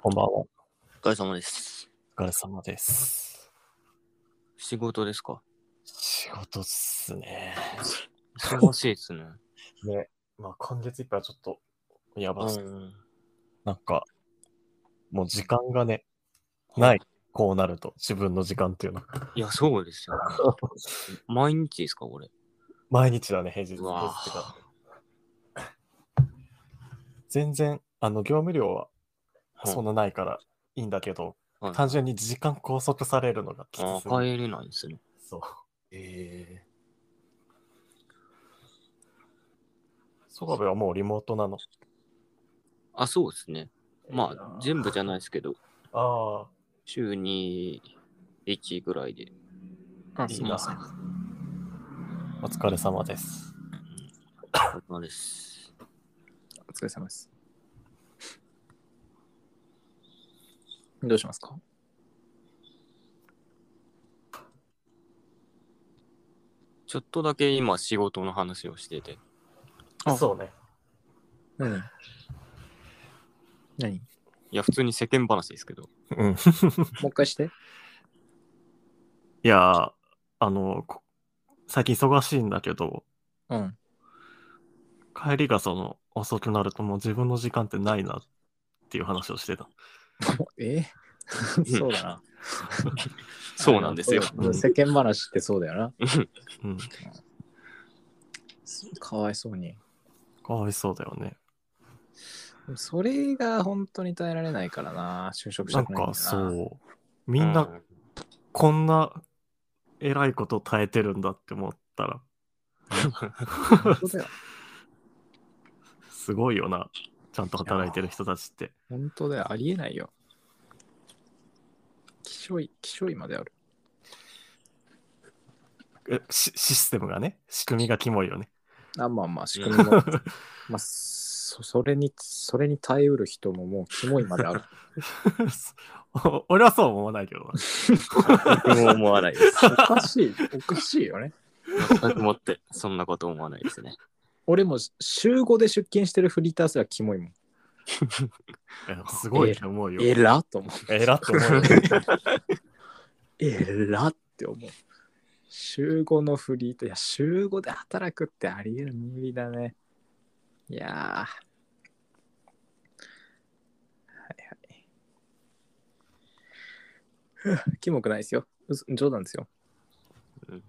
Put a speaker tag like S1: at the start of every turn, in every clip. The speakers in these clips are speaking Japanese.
S1: こんばんは。お
S2: お疲れ様です。
S1: 疲れ様です。
S2: 仕事ですか
S1: 仕事っすね。
S2: 忙しい ですね。
S1: ね。まあ、今月いっぱいはちょっと、やばっす、
S2: ん。
S1: なんか、もう時間がね、ない。こうなると、自分の時間っていうのは。
S2: いや、そうです よ、ね。毎日ですか、これ。
S1: 毎日だね、平日。
S2: うわ
S1: 平日ってか全然、あの、業務量はそんなないからいいんだけど、
S2: はい
S1: 単純に時間拘束されるのがきつ
S2: あ
S1: すぎる
S2: 帰れないんですね。
S1: そう。
S2: え
S1: ソガベはもうリモートなの。
S2: あ、そうですね。まあ、全部じゃないですけど、
S1: ああ
S2: 週に1ぐらいで。
S3: あ、
S1: ー、い
S3: す
S1: い
S3: み
S1: な
S3: ません。。
S1: お疲れ様です。
S2: お疲れ様です。
S3: お疲れ様です。どうしますか
S2: ちょっとだけ今、仕事の話をしてて。
S3: あ
S1: そうね。
S3: うん。何も
S2: いや、普通に世間話ですけど。
S1: うん。
S3: う一回して。
S1: いやー、あの、こ最近忙しいんだけど、
S3: うん。
S1: 帰りがその遅くなるともう自分の時間ってないなっていう話をしてた。
S3: え そうだな。
S2: そうなんですよ。
S3: そう世間話ってそうだよな。
S1: うん。
S3: かわいそうに。
S1: かわいそうだよね。
S3: それが本当に耐えられないからな。就職し
S1: な
S3: た
S1: ん
S3: くない
S1: か
S3: だよな。
S1: そう、みんな
S2: う
S1: こんな偉いこと耐えてるんだって思ったら、
S3: 本当だよ。
S1: すごいよな。ちゃんと働いてる人たちって。
S3: 本当だよ。ありえないよ。きしょい、きしょいまである。
S1: えシシステムがね、仕組みがキモいよね。
S3: あ、まあまあ、仕組みも。まあ、そそれに、それに耐えうる人ももうキモいまである。
S1: お俺はそう思わないけどな。
S2: 僕も思わないです。
S3: おかしい、おかしいよね。
S2: 全くもって、そんなこと思わないです ね。
S3: 俺も週5で出勤してるフリーターすらキモいもん。
S1: いやすごいと思うよ。
S3: えらっと思う。
S1: えらって思 うよ。
S3: えらって思う。週5のフリーター、いや、週5で働くってありえる無理だね。いやー。はいはい。ふうキモくないですよ。うそ冗談ですよ。
S2: うん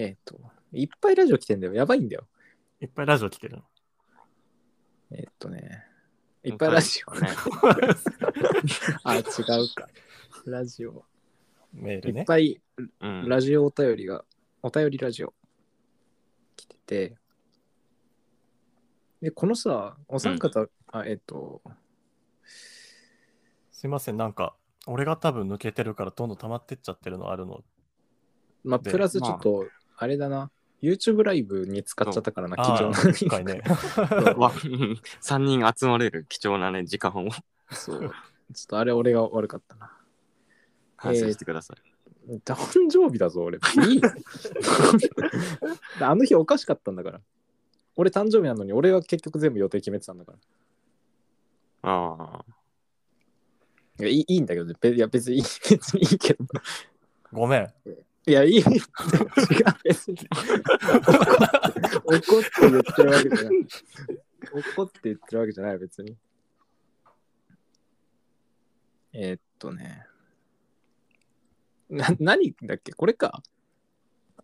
S3: えっ、と、いっぱいラジオ来てんだよ。やばいんだよ。
S1: いっぱいラジオ来てるの。
S3: えっ、とね。いっぱいラジオ。
S2: ね。
S3: あ、違うか。ラジオ。
S1: メー
S3: い
S1: ルね
S3: っ。ぱい
S2: うん。
S3: ラジオお便りが、お便りラジオ来てて、で、このさ、お三方、あ、えっと、
S1: すいません、なんか、俺が多分抜けてるから、どんどん溜まってっちゃってるのあるの。
S3: まあ、
S1: で
S3: プラスちょっと、あれだな、YouTube ライブに使っちゃったからな、貴重
S1: あ
S3: な
S1: ー一回 ね。
S2: わ3人集まれる貴重なね、時間を
S3: そう。ちょっとあれ、俺が悪かったな。
S2: 反省してください。
S3: 誕生日だぞ、俺。いいよ あの日おかしかったんだから。俺誕生日なのに、俺が結局全部予定決めてたんだから。
S2: あ
S3: いや、いいいいんだけどね、べいや、別にいい、別にいいけど。
S1: ごめん。
S3: いや、いい。 違う、別に。怒って怒って言ってるわけじゃない。怒って言ってるわけじゃない、別に。えーっとね。な、何だっけこれか。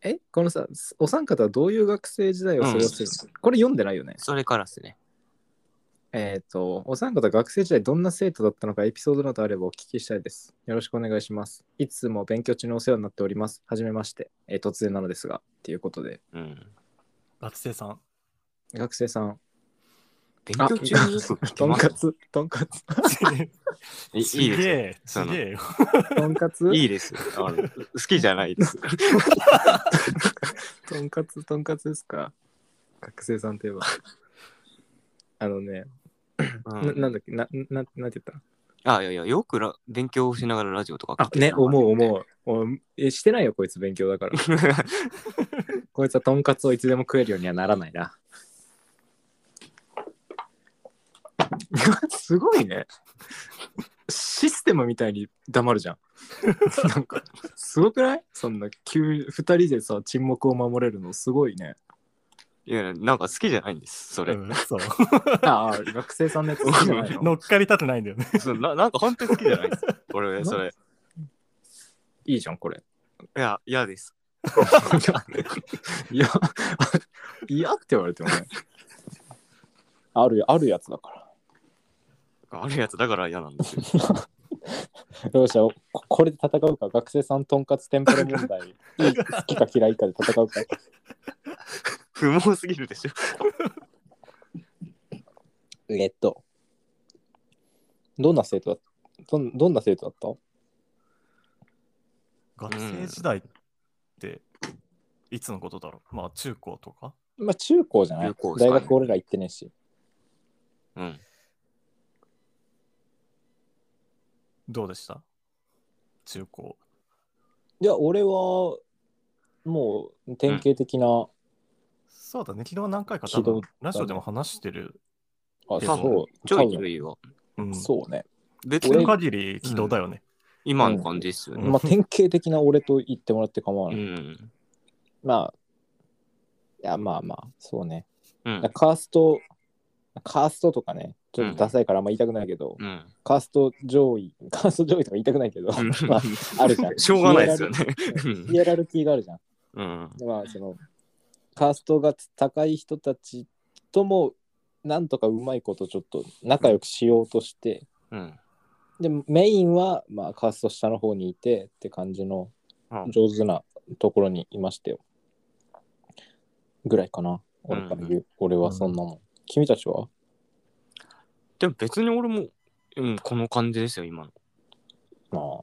S3: えこのさ、お三方はどういう学生時代を過ごしてるの、これ読んでないよね
S2: あ。。それからですね。
S3: えーっと、お三方は学生時代どんな生徒だったのかエピソードなどあればお聞きしたいです。よろしくお願いします。いつも勉強中のお世話になっております。はじめまして。えー突然なのですが、ということで。
S2: うん。
S1: 学生 さん。
S3: 学生さん、
S2: 勉強中に嘘つき
S3: とん
S2: ます
S3: かつ、とんかつ、
S2: いいい
S1: ち
S2: ですよ。
S1: げえ、ちげえよ。
S3: とんかつ、
S2: いいですよ。あの好きじゃない です。
S3: とんかつ、とんかつですか学生さんとい えば。あのね、
S2: う
S3: ななん
S2: ん、
S3: だっけ、な、な、なんて言った
S2: あ、いやいや、よくら勉強しながらラジオとか
S3: あ、ね、思う思う。おいえ、してないよ、こいつ勉強だ から。こいつはとんかつをいつでも食えるようにはならないな。 すごいね。システムみたいに黙るじゃん。なんか、すごくないそんな、急、二人でさ、沈黙を守れるのすごい ね。
S2: いや、なんか好きじゃないんです、それ。
S1: うんそう。
S3: ああ、学生さんのやつ好きじゃないの
S1: 乗っかりたくないんだよね。
S2: そうななんか本当に好きじゃないです。 俺、それ。
S3: いいじゃん、これ。
S2: いや、嫌です。
S3: いや、いやって言われてもね。ある、あるやつだから。
S2: あるやつだから嫌なんですよ。
S3: どうしようここれで戦うか学生さんとんかつ天ぷら問題いい好きか嫌いかで戦うか
S2: 不毛すぎるでしょ。
S3: えっとどんな生徒だったどんどんな生徒だった
S1: 学生時代って、いつのことだろうまあ、中高とか
S3: まあ中高じゃない、
S2: 中高です
S3: 大
S2: かね
S3: 学俺ら行ってねえし
S2: うん。
S1: どうでした中高。
S3: いや俺はもう典型的な、
S1: そうだね、昨日何回か多
S3: ひどい
S1: 分、ラジオでも話してる。
S3: あ
S1: で
S3: そ
S1: も
S3: う
S2: ち
S3: 多
S2: ょいち
S3: 分
S2: ょいは。
S1: うん。
S3: そうね、
S2: 別
S1: その
S2: に
S1: 限り軌道だよね。
S2: 今の感じですよね。
S3: まあ典型的な俺と言ってもらって構わ
S2: う
S3: ない、
S2: ん。
S3: まあいやまあまあそうね
S2: うん。
S3: カーストカーストとかねちょっとダサいからあんま言いたくないけど、
S2: うん。
S3: カースト上位、カースト上位とか言いたくないけど、 まあ、あるじゃん。
S2: しょうがないですよね。
S3: ヒエラルキー。ヒエラルキーがあるじゃん。
S2: うん。
S3: でまあ、その、カーストが高い人たちとも、なんとかうまいことちょっと仲良くしようとして、
S2: うん。
S3: で、メインは、まあ、カースト下の方にいてって感じの
S2: うん
S3: 上手なところにいましたよ。ぐらいかな。俺から言う。俺はそんなもん。君たちは
S2: でも別に俺も、うん、この感じですよ、今の。
S3: ま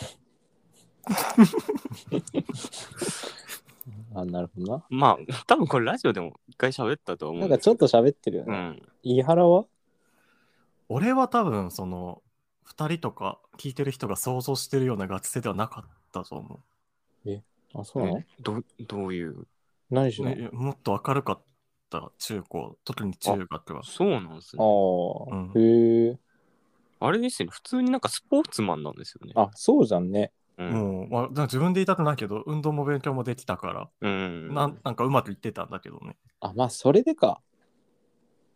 S3: あ。あ、なるほど
S2: まあ、多分これラジオでも一回喋ったとは思
S3: な。な
S2: うんで
S3: か
S2: す
S3: ちょっと喋ってるよ
S2: う
S3: ね。
S2: ん。
S3: 飯原は
S1: 俺は多分、その、2人とか聞いてる人が想像してるような学生ではなかったと思
S3: あ、そうなの、
S2: どどういう
S3: 何し
S1: う。
S3: ろ
S1: ねもっと明るかった、中高、特に中学は。
S2: そうなんですね。
S3: ああ、
S1: う
S3: へえ。
S2: あれですよね。普通になんかスポーツマンなんですよね。
S3: あ、そうじゃんね。
S2: うん。
S1: もう、まあ、だから自分で言いたくないけど、運動も勉強もできたから、
S2: うん。
S1: なんなんかうまくいってたんだけどね。
S3: あ、まあ、それでか。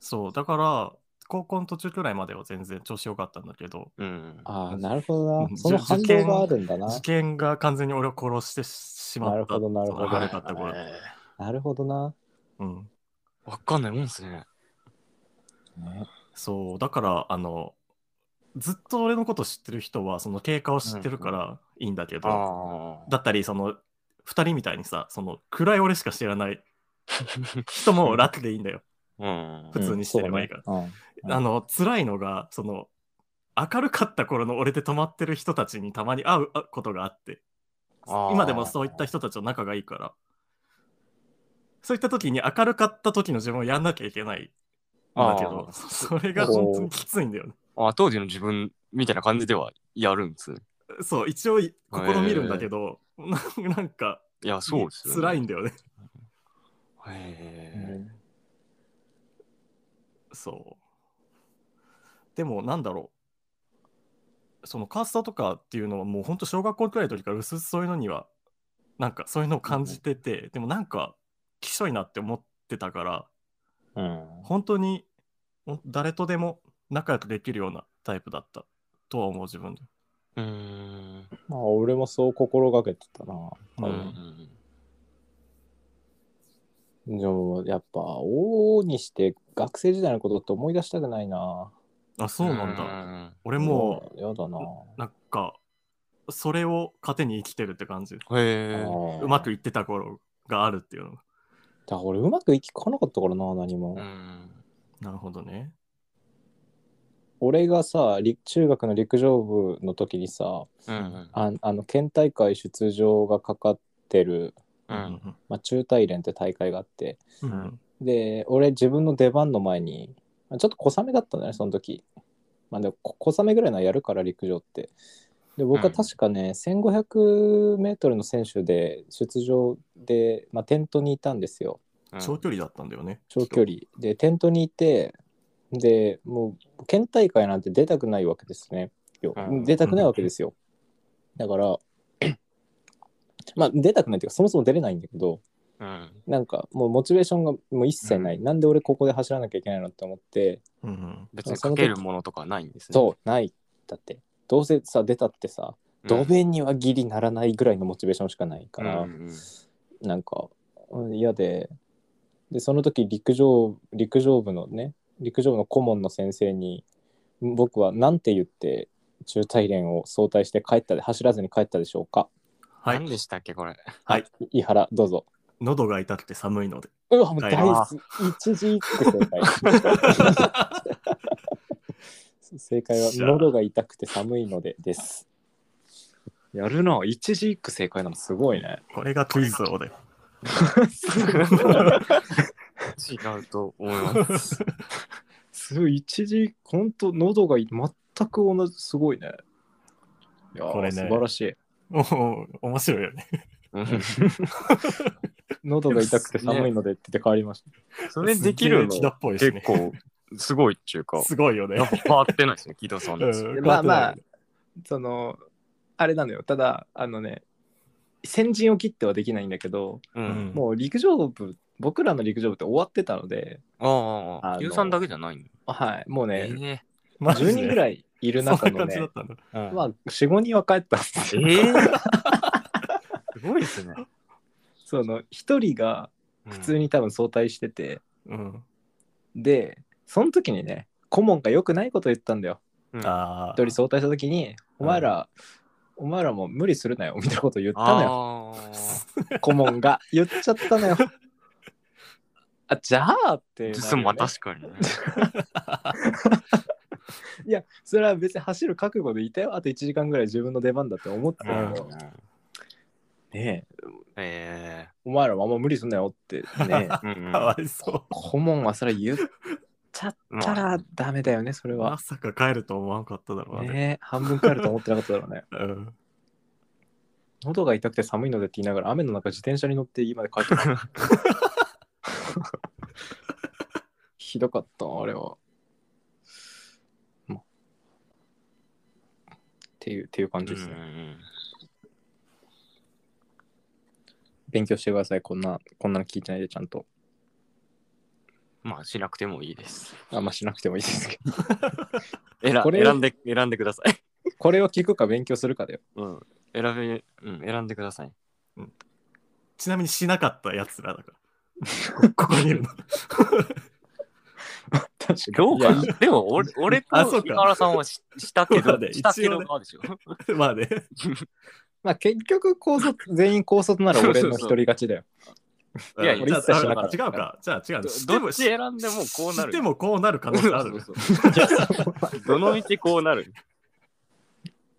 S1: そう、だから、高校の途中くらいまでは全然調子良かったんだけど、
S2: うん。
S3: ああ、なるほど
S1: う
S3: な。
S1: ん
S3: その反動があるんだな。
S1: 事件が完全に俺を殺してしまった。
S3: なるほどなるほど
S1: その悪かった頃。
S2: え
S3: なるほどな。
S1: うんうん。
S2: ーわかんないもんですね。
S3: ね
S1: そう、だから、あの、ずっと俺のこと知ってる人は、その経過を知ってるからいいんだけど、
S2: あ
S1: だったり、その、二人みたいにさ、その、暗い俺しか知ら ない人も楽でいいんだよ。
S2: あ。うん。
S1: 普通にしてればいいから
S3: うんそうねうん
S1: あの辛いのがその明るかった頃の俺で止まってる人たちにたまに会うことがあって
S2: あー
S1: 今でもそういった人たちと仲がいいからそういった時に明るかった時の自分をやんなきゃいけないんだけど
S2: あ
S1: それが本当にきついんだよね
S2: あ当時の自分みたいな感じではやるんですね。
S1: そう一応試みるんだけど、なんなんか
S2: いや、そうですよ、ね。
S1: 辛いんだよね
S3: うんう
S2: へ
S3: ん
S1: そうでもなんだろうそのカースターとかっていうのはもうほんと小学校くらいの時からうすうすそういうのにはなんかそういうのを感じてて、でもなんかきしょいなって思ってたから
S3: うん
S1: 本当にほん誰とでも仲良くできるようなタイプだったとは思う自分で、
S2: え。うん。
S3: まあ、俺もそう心がけてたな。
S1: うん
S2: うん。
S3: でも、やっぱ、王にして学生時代のことって思い出したくないな。
S1: あそうなんだ、
S2: だ。
S1: 俺も
S3: うん、やだな。
S1: うなんかそれを糧に生きてるって感じ
S2: へえ。
S1: う
S3: う
S1: まくいってた頃があるっていうのが
S3: だから俺、うまくいきかなかったからな、何も。
S2: うん。
S1: なるほどね
S3: 俺がさ、り中学の陸上部の時にさ、
S2: うん。
S3: ああの県大会出場がかかってる、
S1: う
S2: う
S1: ん
S2: ん。
S3: まあ、中大連って大会があって、
S1: うん
S3: で、俺、自分の出番の前に、まあちょっと小雨だったんだね、その時。まあ、でも、こ小雨ぐらいのはやるから、陸上って。で、僕は確かね、1500メートルの選手で、出場で、まあ、テントにいたんですよ。
S2: うん
S1: 長距離だったんだよね。
S3: 長距離でテントにいてでもう県大会なんて出たくないわけですねよ
S2: うん
S3: 出たくないわけですよだから まあ出たくないっていうかそもそも出れないんだけど
S2: うん。
S3: なんかもうモチベーションがもう一切ない、なんで俺ここで走らなきゃいけないのって思って
S1: うんうん
S2: 別にかけるものとかないんですね。
S3: そうないだってどうせさ出たってさ
S2: うん。
S3: ドベにはギリならないぐらいのモチベーションしかないから、
S2: うんうんうん
S3: なんかうん嫌ででその時陸上陸上部のね陸上部の顧問の先生に僕は何て言って中大連を早退して帰ったで走らずに帰ったでしょうか
S1: は
S2: 何
S1: い。
S2: でしたっけ、 これ。
S3: い井原どうぞ
S1: 喉が痛くて寒いので。
S3: うわもう大好
S1: は
S3: き一時一句正解正解は喉が痛くて寒いのでですやるな一時一句正解なのすごいね
S1: これがクイズ王で。
S2: 違うと思います。
S3: すごい、一時、本当喉がい全く同じ、すごいね。いやー
S1: これね
S3: 素晴らしい。
S1: おお面白いよね。
S2: うん
S3: 喉が痛くて寒いのでって言って変わりました。
S2: それでき る
S1: すげえ千田
S2: の
S1: っぽいし
S2: 結
S1: ね。
S2: 構すごいっていうか、
S1: すごいよね
S2: なん。か変わってないですね、木戸さんのやつ。
S1: うん
S3: まあま
S1: 変わ
S3: あ
S1: ってない、
S3: その、あれなのよ。ただ、あのね、先陣を切ってはできないんだけど、
S2: うん。
S1: うん
S3: もう陸上部、僕らの陸上部って終わってたので、
S2: あ
S3: あ
S2: あ、
S3: の
S2: ゆうさんだけじゃないの
S3: はい、もう
S2: え
S3: ね、
S2: え
S1: マジで
S3: 10人ぐらいいる
S1: そ
S3: 中
S1: んな
S3: の
S1: 感じだ
S3: ね
S1: っ、たんだ。
S2: うん
S3: まあ、4、5人は帰ったんです
S2: え
S3: よ。
S2: えすごいですね。
S3: その、1人が普通
S2: に。
S3: に多分早退してて、
S1: うん。
S3: でその時にね顧問が良くないこと言ったんだよ
S2: うん
S1: ああ
S3: 一人。早退した時に「お前ら、お前らもう無理するなよ」みたいなこと言ったのよ
S2: あ ー
S3: 顧問が言っちゃっ たのよあじゃあってなるよね
S2: そうまあ確かにね。
S3: いやそれは別に走る覚悟でいたよあと1時間ぐらい自分の出番だって思ってた
S1: うん
S3: けど、ねえ
S2: え
S3: お前らもあんま無理すんなよって ね
S2: えうんうん
S1: かわいそ
S3: 顧問はそれ言っちゃったらダメだよねそれ
S1: う。
S3: は
S1: ま、さか帰ると思わなかっただろうな。
S3: ねえ半分帰ると思ってなかっただろうね
S1: うん。
S3: 喉が痛くて寒いのでって言いながら雨の中自転車に乗って家まで帰ってたひどかったなあれは、まっていうっていう感じですね、
S2: うん
S3: 勉強してくださいこんなこんなの聞いてないでちゃんと
S2: まあしなくてもいいです。
S3: あんましなくてもいいですけど
S2: 選
S3: これ
S2: 選んで選んでください。
S3: これを聞くか勉強するかだよ
S2: うん。選べ、うん、選んでください。
S1: ちなみにしなかったやつらだから。ここにいるの。
S3: 確
S2: どうか
S3: いや
S2: なでも俺、俺と
S1: あそう
S2: 井
S1: か
S2: 原さんはし したけ
S1: そ
S2: ど
S1: うだ、ね
S2: したけ
S1: 一応
S2: ど
S1: ね
S2: 側でしょ。
S1: まあね。
S3: まあ結局高卒全員高卒なら俺の一人勝ちだよ
S2: いやいや
S1: じゃあ
S3: 一切しなかった
S1: 違うか。じゃあ違う。
S2: ど
S1: して
S2: ど
S1: も
S2: っち選んでもこうな
S1: し
S2: る。
S1: てもこうなる可能性あ る。
S2: そうそうそう どの道こうなる。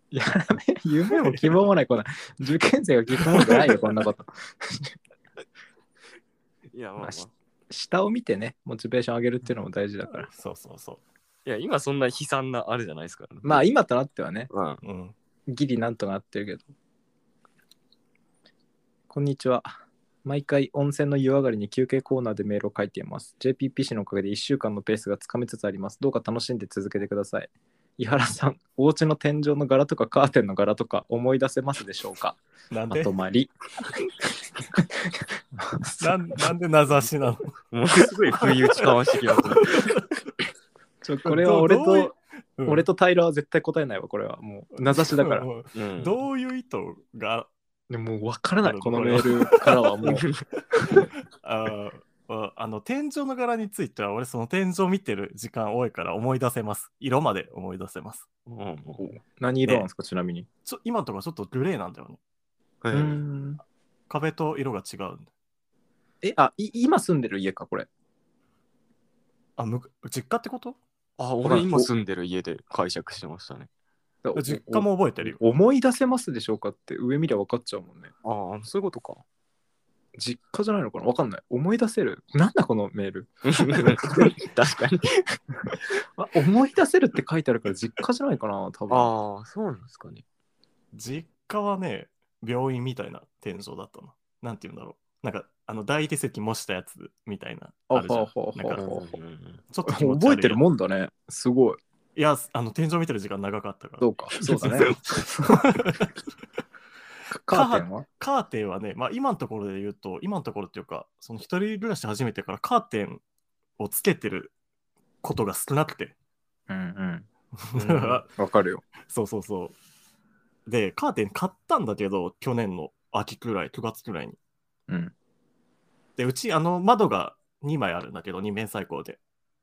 S3: やめ夢も希望もないこんな受験生が聞くもんじゃないよこんなこと
S2: いや、まあまあ
S3: まあし下を見てねモチベーション上げるっていうのも大事だから
S1: そうそうそ
S2: いや、今そんな悲惨なあれじゃないですから、ね。
S3: まあ今となってはね
S2: うん。
S1: う。うん。
S3: ギリなんとかなってるけどこんにちは毎回温泉の湯上がりに休憩コーナーでメールを書いています JPP 氏のおかげで1週間のペースがつかめつつありますどうか楽しんで続けてください井原さんお家の天井の柄とかカーテンの柄とか思い出せますでしょうか
S1: なん
S3: ま
S1: で
S3: とまり
S1: なんなんで名指しなの
S2: ものすごい不意打ちかましてきますね。
S3: ちょこれは俺
S1: どうい
S3: と
S1: ううん
S3: 俺とタイラーは絶対答えないわこれはも う名指しだから
S1: うん
S2: う ん
S1: どういう意図が、
S3: でももう分からない
S1: なる
S3: こ
S1: ほど
S3: のメールからはもう
S1: あーあの天井の柄については、俺その天井見てる時間多いから思い出せます。色まで思い出せます。
S2: うん
S3: 何色なんですかちなみに
S1: ちょ今のとかちょっとグレーなんだよね。
S2: う。
S3: うんん
S1: 壁と色が違うんだ。
S3: えあい今住んでる家かこれ
S1: あ、む実家ってこと
S2: あ、俺今住んでる家で解釈してましたね。
S1: 実家も覚えてるよ。
S3: お思い出せますでしょうかって上見りゃ分かっちゃうもんね
S2: ああ、そういうことか。
S3: 実家じゃないのかな分かんない思い出せるなんだこのメール
S2: 確かに。
S3: あ思い出せるって書いてあるから実家じゃないかな多分
S2: ああ、そうなんですかね。
S1: 実家はね、病院みたいな天井だったな。なんて言うんだろう。なんかあの大理石模したやつみたいな
S3: あ
S1: あるじゃん
S3: ほうほうほう
S1: なんか
S3: ほう
S1: ちょっと気持ち悪い
S3: 覚えてるもんだね。すごい。
S1: いやあの天井見てる時間長かったから
S3: どうか。そうだ ね。カーテンは
S1: カーテンはね、まあ、今のところで言うと今のところっていうかその一人暮らし始めてからカーテンをつけてることが少なくて、
S3: うん
S2: うん
S3: うん。わかるよ。
S1: そうそうそうでカーテン買ったんだけど去年の秋くらい9月くらいに
S3: うん。
S1: でうちあの窓が2枚あるんだけど2面採光で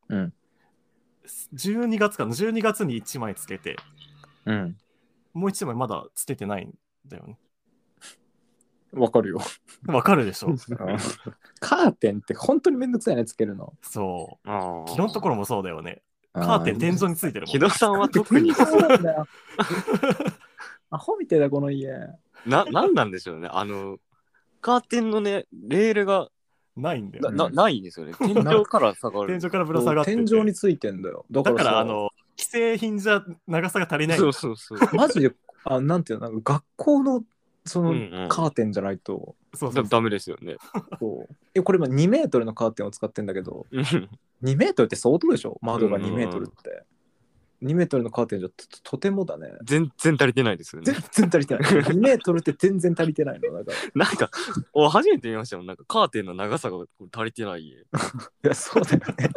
S3: うん。
S1: 12月かな12月に1枚つけて
S3: うん。
S1: もう1枚まだつけてないんだよね
S3: わか るよ。
S1: わかるでしょ
S3: カーテンって本当にめんどくさいね、つけるの。
S1: そ
S2: あ
S1: う
S2: あ。
S1: 昨日のところもそうだよねカーテン天井についてるも
S2: 木
S1: ん、
S2: 戸
S1: ね、
S2: さんは特
S3: 特
S2: に
S3: にそうなんだよ。アホみてえだ、この家。
S2: な、なんなんでしょうね。あの、カーテンのね、レールが
S1: ないんだよ
S2: ななないんですよね。天
S3: な
S2: 井から下が
S1: 天
S2: る。
S1: 井からぶら下がってて
S3: 天井についてんだよ。だか
S1: だ
S3: ら
S1: か
S3: さ
S1: らあの既製品じゃ長さが足りない
S2: そうそうそう。
S3: マジで、あなんていうの、なんか学校のそ
S2: うん
S3: の
S2: うん
S3: カーテンじゃないと、
S1: そうそ
S2: だ
S1: う
S2: ダメですよね。
S3: こうえこれ今2メートルのカーテンを使ってんだけど、
S2: うん
S3: 2メートルって相当でしょ窓が
S2: うん
S3: 2メートルって。2メートルのカーテンじゃととてもだね。
S2: 全然足りてないですよね
S3: 全。然足りてない。2メートルって全然足りてないの。だから。い
S2: なんか、お初めて見ましたもん。なんかカーテンの長さが足りてない家。
S3: や、そうだよね。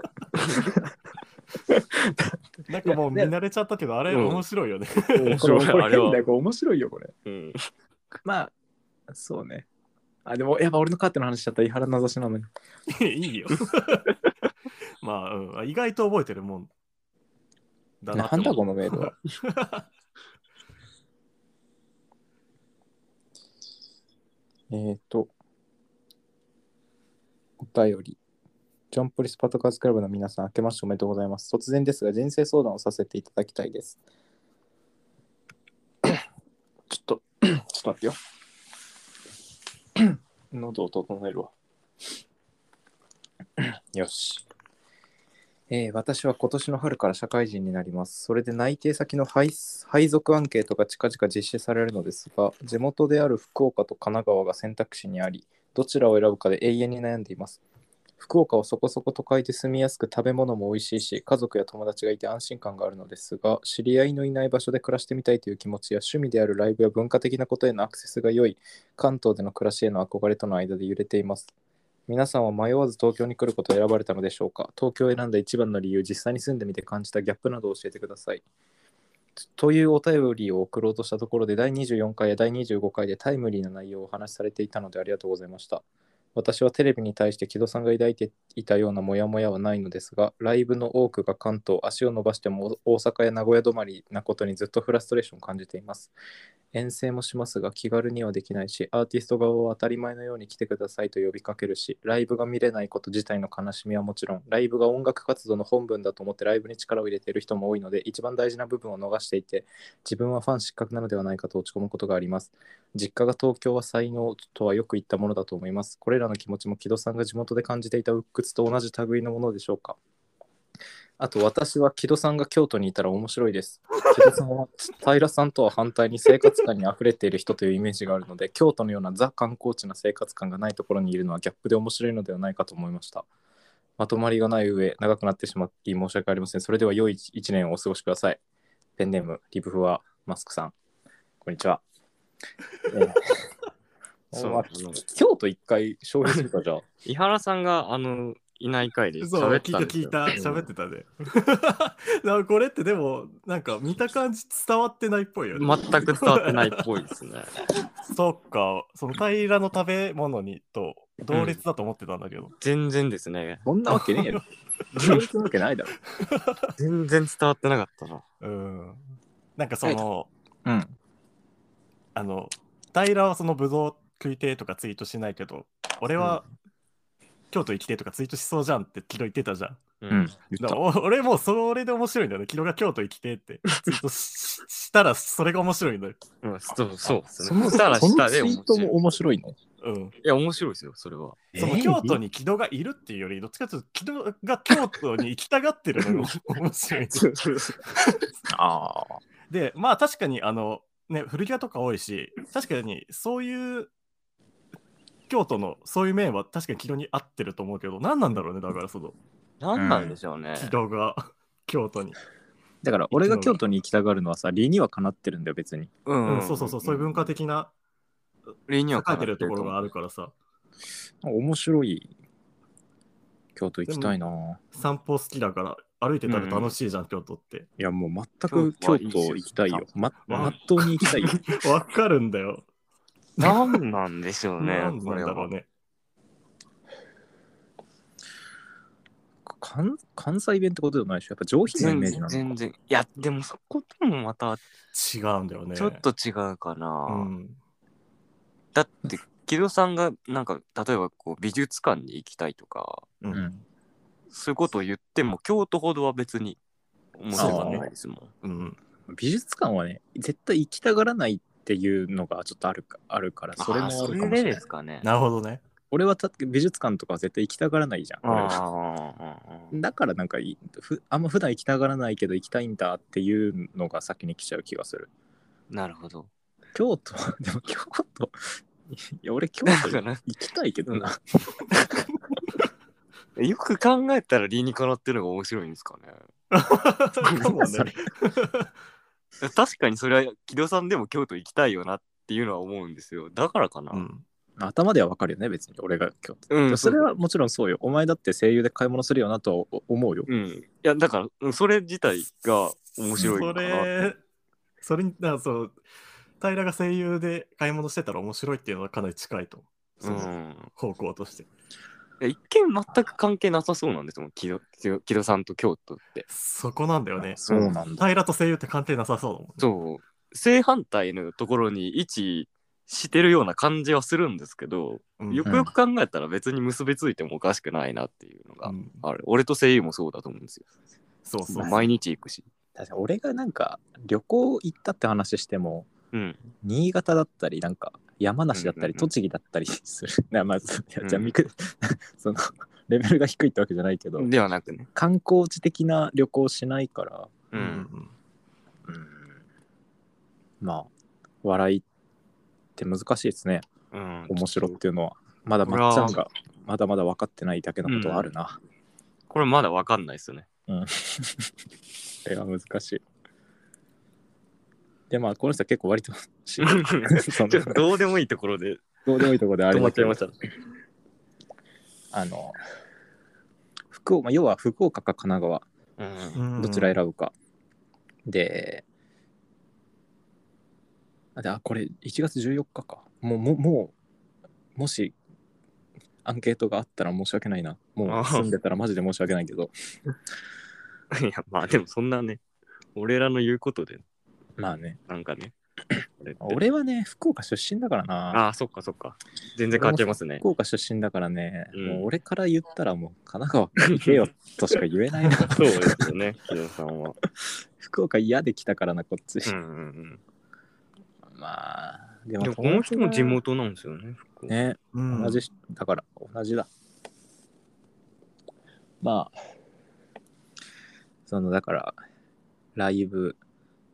S1: なんかもう見慣れちゃったけどあれ面白いよね、
S2: 面白い
S3: これ
S2: あれは
S3: 変だよこれ面白いよ、これ。
S2: うん。
S3: まあ、そうね。あ、でも、やっぱ俺のカーテンの話しちゃったら、井原名指しなのに。
S1: いいよ まあ、うん、意外と覚えてるもんだなって
S3: なんだこ
S1: 思う
S3: のメー ルは。えーと、お便り。ジョンプリスパトカーズクラブの皆さん、明けましておめでとうございます。突然ですが、人生相談をさせていただきたいです。 ちょっと、 ちょっと待ってよ。喉を整えるわ。 よし。えー私は今年の春から社会人になります。それで内定先の配配属アンケートが近々実施されるのですが、地元である福岡と神奈川が選択肢にあり、どちらを選ぶかで永遠に悩んでいます。福岡はそこそこ都会で住みやすく食べ物も美味しいし、家族や友達がいて安心感があるのですが、知り合いのいない場所で暮らしてみたいという気持ちや趣味であるライブや文化的なことへのアクセスが良い、関東での暮らしへの憧れとの間で揺れています。皆さんは迷わず東京に来ることを選ばれたのでしょうか東京を選んだ一番の理由、実際に住んでみて感じたギャップなどを教えてください。というお便りを送ろうとしたところで、第24回や第25回でタイムリーな内容をお話しされていたのでありがとうございました。私はテレビに対して木戸さんが抱いていたようなモヤモヤはないのですが、ライブの多くが関東、足を伸ばしても大阪や名古屋止まりなことにずっとフラストレーションを感じています。遠征もしますが気軽にはできないしアーティスト側を当たり前のように来てくださいと呼びかけるしライブが見れないこと自体の悲しみはもちろんライブが音楽活動の本文だと思ってライブに力を入れている人も多いので一番大事な部分を逃していて自分はファン失格なのではないかと落ち込むことがあります実家が東京は才能とはよく言ったものだと思いますこれらの気持ちも木戸さんが地元で感じていた鬱屈と同じ類のものでしょうかあと私は木戸さんが京都にいたら面白いです木戸さんは平さんとは反対に生活感に溢れている人というイメージがあるので京都のようなザ観光地な生活感がないところにいるのはギャップで面白いのではないかと思いましたまとまりがない上長くなってしまって申し訳ありませんそれでは良い一年をお過ごしくださいペンネームリブフワマスクさんこんにちは、えー
S2: そう
S3: まあ
S2: あの
S3: 京都一回消費するかじゃあ
S2: 伊原さんが、あの、いない回で
S1: そう
S2: 喋って
S1: 聞
S2: たん
S1: いた
S2: です
S1: 聞
S2: よ
S1: いた喋ってたで、だからこれ ってでもなんか見た感じ伝わってないっぽいよね、
S2: 全く伝わってないっぽいですね。
S1: そっかその平らの食べ物にと同列だと思ってたんだけど、
S2: 全然ですね。
S3: そんなわけね えよそんなわけないだろ
S2: 全然伝わってなかったな。
S1: うんなんかその、
S3: うん
S1: あの平はそのブドウ食いてえとかツイートしないけど俺は、京都行きてえとかツイートしそうじゃんって昨日言ってたじゃん
S2: う
S3: うん。
S1: だ
S3: 言
S1: か
S3: った
S1: らお俺もうそれで面白いんだよね。昨日が京都行きてってツイートししたらそれが面白いんだよ。
S2: うん、そう、そうです
S3: そ
S2: ね。
S3: の
S2: したら
S3: そ
S2: し
S3: の
S2: た
S3: ツイ
S2: で面
S3: ー
S2: 白
S3: ト
S2: い。い
S3: も面白いの
S1: うん。
S2: や、面白いですよ、それは。
S1: その京 都に木戸がいるっていうより、どっちかというと木戸が京都に行きたがってるのが面白い。
S3: ああ。
S1: で、まあ確かにあの、ね、古着屋とか多いし、確かにそういう京都のそういう面は確かに軌道に合ってると思うけど何なんだろうねだからその
S2: なんなんでしょうね。
S1: 軌道が 京都に、
S3: だから俺が京都に行きたがるのはさ理にはかなってるんだよ別に
S2: う
S1: うんそうそうそうそういう文化的な
S2: 理に
S1: 書
S2: はか
S1: い
S2: な
S1: てるところ
S2: 思う
S1: があるからさ
S3: 面白い京都行きたいな
S1: 散歩好きだから歩いてたら楽しいじゃん、京都って
S3: いやもう全く京都行きたいよままっとうに行きたい よ
S1: わかるんだよ、
S2: なんなんでしょ うね。
S1: なんなんだ
S2: これ
S1: ろ
S2: は
S1: うね
S3: 関関西弁ってことでもないでしょやっぱ上品なイ
S2: 全
S3: メージ
S2: 然
S3: な
S2: 全
S3: の
S2: 然いやでもそこともまた
S1: 違うんだよね
S2: ちょっと違うかな、
S1: うん
S2: だって木戸さんがなんか例えばこう美術館に行きたいとか
S1: うん、
S3: うん
S2: そういうことを言っても京都ほどは別に面白くないですもん、
S1: うん
S3: 美術館はね絶対行きたがらないっていうのがちょっとあるかあるからそれもあるかもしれ
S2: あーそれ
S3: な
S2: で
S3: い
S2: ですかね
S1: なるほど ね
S3: 俺はた美術館とかは絶対行きたがらないじゃん俺は
S2: あー
S3: だからなんかいふあんま普段行きたがらないけど行きたいんだっていうのが先に来ちゃう気がする
S2: なるほど
S3: 京都でも京都いや俺京
S2: だ
S3: 都
S2: か
S3: 行
S2: ら
S3: きたいけどな
S2: よく考えたら理にかなってるのが面白いんですかね
S1: かも
S3: それ
S1: ね。
S2: 確かにそれは木戸さんでも京都行きたいよなっていうのは思うんですよだからかな
S1: うん。
S3: 頭ではわかるよね別に俺が京都
S2: うん、
S3: でもそれはもちろんそうよお前だって声優で買い物するよなとは思うよ
S2: うん、いやだからうんそれ自体が面白いかな
S1: それ、それに、だからそう、平が声優で買い物してたら面白いっていうのはかなり近いと。
S2: う
S1: その
S2: ん、
S1: 方向として。
S2: いや一見全く関係なさそうなんですもん木戸木戸木戸さんと京都って
S1: そこなんだよね。
S3: そうなんだ
S1: 平と声優って関係なさそうだもんね。
S2: そう正反対のところに位置してるような感じはするんですけど、
S1: うん
S2: よくよく考えたら別に結びついてもおかしくないなっていうのが、
S1: うん
S2: ある俺と声優もそうだと思うんですよ
S1: そうそう。
S2: 毎日行くし、
S3: 確かに俺がなんか旅行行ったって話しても
S2: うん、
S3: 新潟だったりなんか山梨だった
S2: うんうん
S3: り
S2: うん
S3: 栃木だったりする、 なまあそういやじゃあ
S2: うん
S3: みく そのレベルが低いってわけじゃないけど、
S2: ではなくね、
S3: 観光地的な旅行しないから、
S1: う
S2: うん
S1: うん
S2: ん、
S1: うん
S3: まあ笑いって難しいですね
S2: うん、
S3: 面白っていうのはまだまっちゃんがまだまだ分かってないだけのことはあるな、
S2: これまだわかんないですよね
S3: これは難しいでまあこの人は結構割と しそん
S2: ち
S3: な
S2: ょっとどうでもいいところで
S3: どうでもいいところであれ
S2: 止まっ
S3: だ
S2: ち
S3: け
S2: ゃい
S3: ど
S2: ました
S3: あの福岡、まあ、要は福岡か神奈川
S2: うん
S1: うん
S3: どちら選ぶか。で、あ、であこれ1月14日か。もう、もうもう、もし、アンケートがあったら申し訳ないな。も
S2: あ
S3: う
S2: ー
S3: 住んでたらマジで申し訳ないけど。
S2: いやまあでもそんなね俺らの言うことで
S3: まあね。
S2: なんかね俺って
S3: 俺はね、福岡出身だからな。
S2: ああそっかそっか全然関係ますね
S3: 福岡出身だからね、
S2: うん
S3: もう俺から言ったらもう神奈川行けよとしか言えな いな。
S2: そうですよね木戸さんは
S3: 福岡嫌で来たからな、こっち。
S2: うんうん
S3: まあ、で
S2: うんでも
S3: も
S2: この人も地
S3: 友達
S2: 元なんですよね福岡
S3: がね、
S1: うん
S3: 同じし、だから同じだ。まあ、そのだから、ライブ、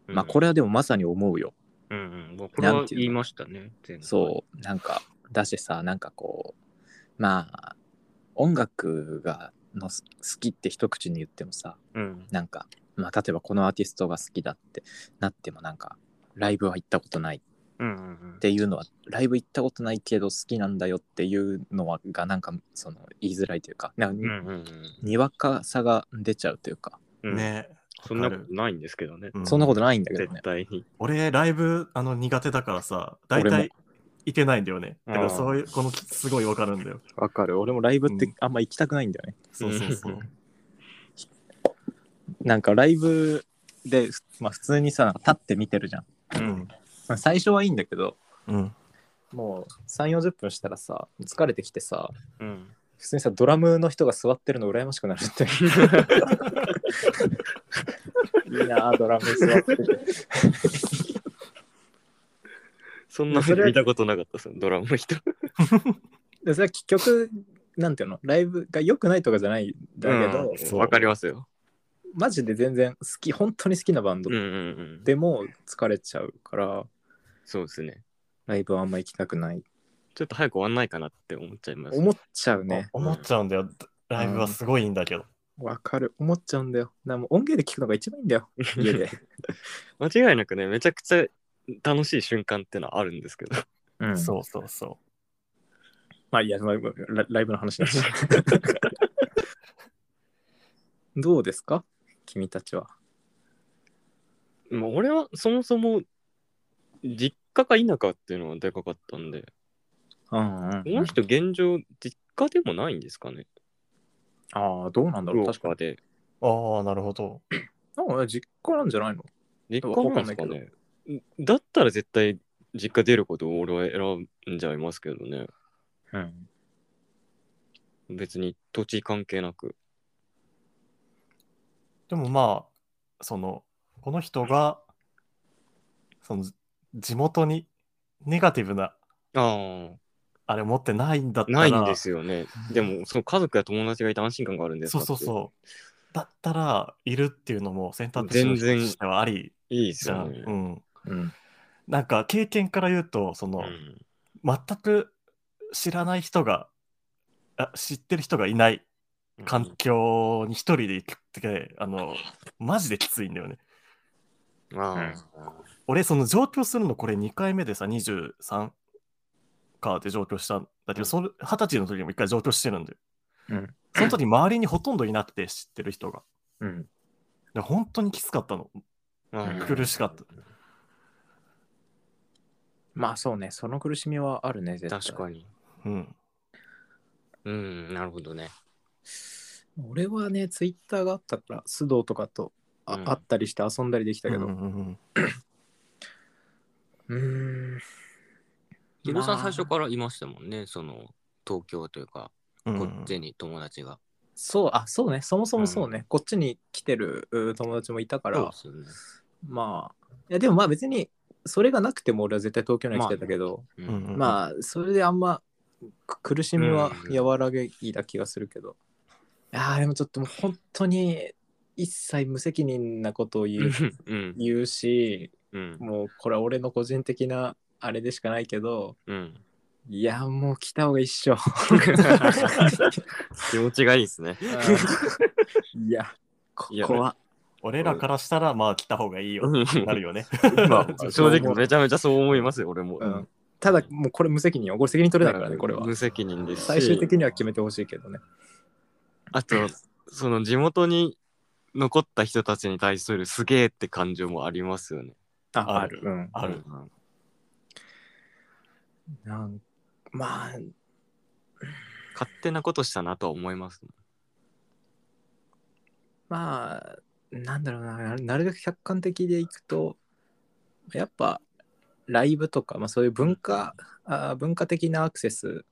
S3: まあこ
S2: れ
S3: れはでもまさに思うよ。
S2: うんうんもうこれ
S3: な
S2: は
S3: んていうの
S2: 言いましたね前回
S3: そう、なんか、だしさ、なんかこう、まあ、音楽がのす好きって一口に言ってもさ、
S2: うん
S3: なんか、まあ例えばこのアーティストが好きだってなってもなんか、ライブは行ったことないっ
S2: うんうん
S3: ていうのは、ライブ行ったことないけど好きなんだよっていうのはがなんかその言いづらいというか、なん
S2: うん
S3: か
S2: うん
S3: にわかさが出ちゃうというか、
S2: うんね
S1: ね。
S2: そんなことないんですけどね
S1: う
S3: そんなことないんだけどね
S2: 絶。対に
S1: 俺、ライブあの苦手だからさ、大
S3: 俺
S1: 体
S3: も
S1: 行けないんだよね。だか
S2: あ
S1: ら
S2: ー
S1: そういう、このすごいわかるんだよ。
S3: わかる。俺もライブっ
S1: う
S3: て
S1: ん
S3: あんま行きたくないんだよね。
S1: そうそうそう。
S3: なんかライブで、ふまあ普通にさ、立って見てるじゃん。
S2: うん
S3: まあ最初はいいんだけど、
S1: うん。
S3: もう3、40分したらさ、疲れてきてさ、
S2: うん
S3: 普通にさ、ドラムの人が座ってるの羨ましくなるって。 いいなあドラム座ってて。
S2: そんな
S3: それは
S2: 見たことなかったそのドラムの 人
S3: でそれは結局、なんていうの、ライブが良くないとかじゃないんだけど、
S2: うんわかりますよ
S3: マジで全然好き、本当に好きなバンド
S2: うんうんうん
S3: でも疲れちゃうから、
S2: そうですね
S3: ライブはあんま行きたくない
S2: ちょっと早く終わんないかなって思っちゃいます。
S3: 思っちゃうね。
S1: 思っちゃうんだよ。ライブはすごいいいんだけど。
S3: わかる。思っちゃうんだよ。なもう音源で聞くのが一番いいんだよ。家で。
S2: 間違いなくね、めちゃくちゃ楽しい瞬間ってのはあるんですけど。
S3: うんう。
S1: そうそうそ
S3: まあいいや、まあラライブの話だ し。どうですか君たちは。
S2: まあ、俺はそもそも実家か否かっていうのはでかかったんで、
S3: うんうん
S2: この人現状実家でもないんですかね。
S3: ああ、どうなんだろう。
S2: 福
S3: 確か
S2: 岡で。
S1: う。ああ、なるほど。
S3: に。なんか実家なんじゃないの
S2: 実
S3: わ
S2: 家
S3: か
S2: なんんで
S3: ない
S2: す
S3: け
S2: か
S3: ど
S2: ね。だったら絶対実家出ることを俺は選んじゃいますけどね。
S3: うん。
S2: 別に土地関係なく。
S1: でもまあ、その、この人が、その、地元にネガティブな、
S2: ああ、
S1: あれ持ってないんだったら。
S2: ないんですよね。でも、その家族や友達がいて安心感があるんです
S1: そうそうそう。だったら、いるっていうのも選択肢と
S2: 全然
S1: してはあり
S2: う。いいです
S1: じゃ
S2: よ
S1: ん。
S2: ね。
S1: うん。
S3: うん。
S1: なんか経験から言うと、その、
S2: うん
S1: 全く知らない人があ知ってる人がいない環境に一人で行くってあのマジできついんだよね
S2: あ
S1: 俺その上京するのこれ2回目でさ23かで上京したんだけ
S2: う
S1: ど
S2: ん
S1: その二十歳の時にも一回上京してるんだよ
S3: うん。
S1: その時周りにほとんどいなくて知ってる人が
S3: うん。
S1: で本当にきつかったの
S2: あ
S3: うん
S1: 苦しかった
S3: まあそうね。その苦しみはあるね、絶対。
S2: 確かに。
S1: うん
S2: うん、なるほどね。
S3: 俺はね、ツイッターがあったから、須藤とかとあ、
S2: うん
S3: 会ったりして遊んだりできたけど。
S1: う
S3: うん
S1: うんうん
S3: ーん。
S2: ヒロさん
S3: まあ
S2: 最初からいましたもんね、その東京というか、
S1: うん
S2: こっちに友達が。
S3: そう、あ、そうね。そもそもそうね。こっちに来てるう友達もいたから、
S2: そうです
S3: まあ。いや、でもまあ別に、それがなくても俺は絶対東京には来てたけど、
S2: よね。
S1: うんうん
S3: まあそれであんまく苦しみは
S2: うん
S3: 和らげいだ気がするけど、ああでもちょっともう本当に一切無責任なことを言う
S2: うん。
S3: 言うし
S2: うん。
S3: もうこれは俺の個人的なあれでしかないけど
S2: うん。
S3: いやもう来た方が一 緒
S2: 気持ちがいいですね。
S3: いやここは
S1: 俺らからしたらまあ来た方がいいよってなるよね
S2: まあ、正直めちゃめちゃそう思いますよ、俺も。
S3: うんただもうこれ無責任よこれ責任取れないからねこれは
S2: 無責任ですし。
S3: 最終的には決めてほしいけどね
S2: あと、その地元に残った人たちに対するすげえって感情もありますよね。
S3: ああ
S1: あ
S3: る
S1: る
S3: うん
S1: ある
S2: うん。
S3: なんまあ
S2: 勝手なことしたなとは思います。
S3: まあなんだろうなななるべく客観的でいくとやっぱライブとか、まあ、そういう文化あー文化的なアクセス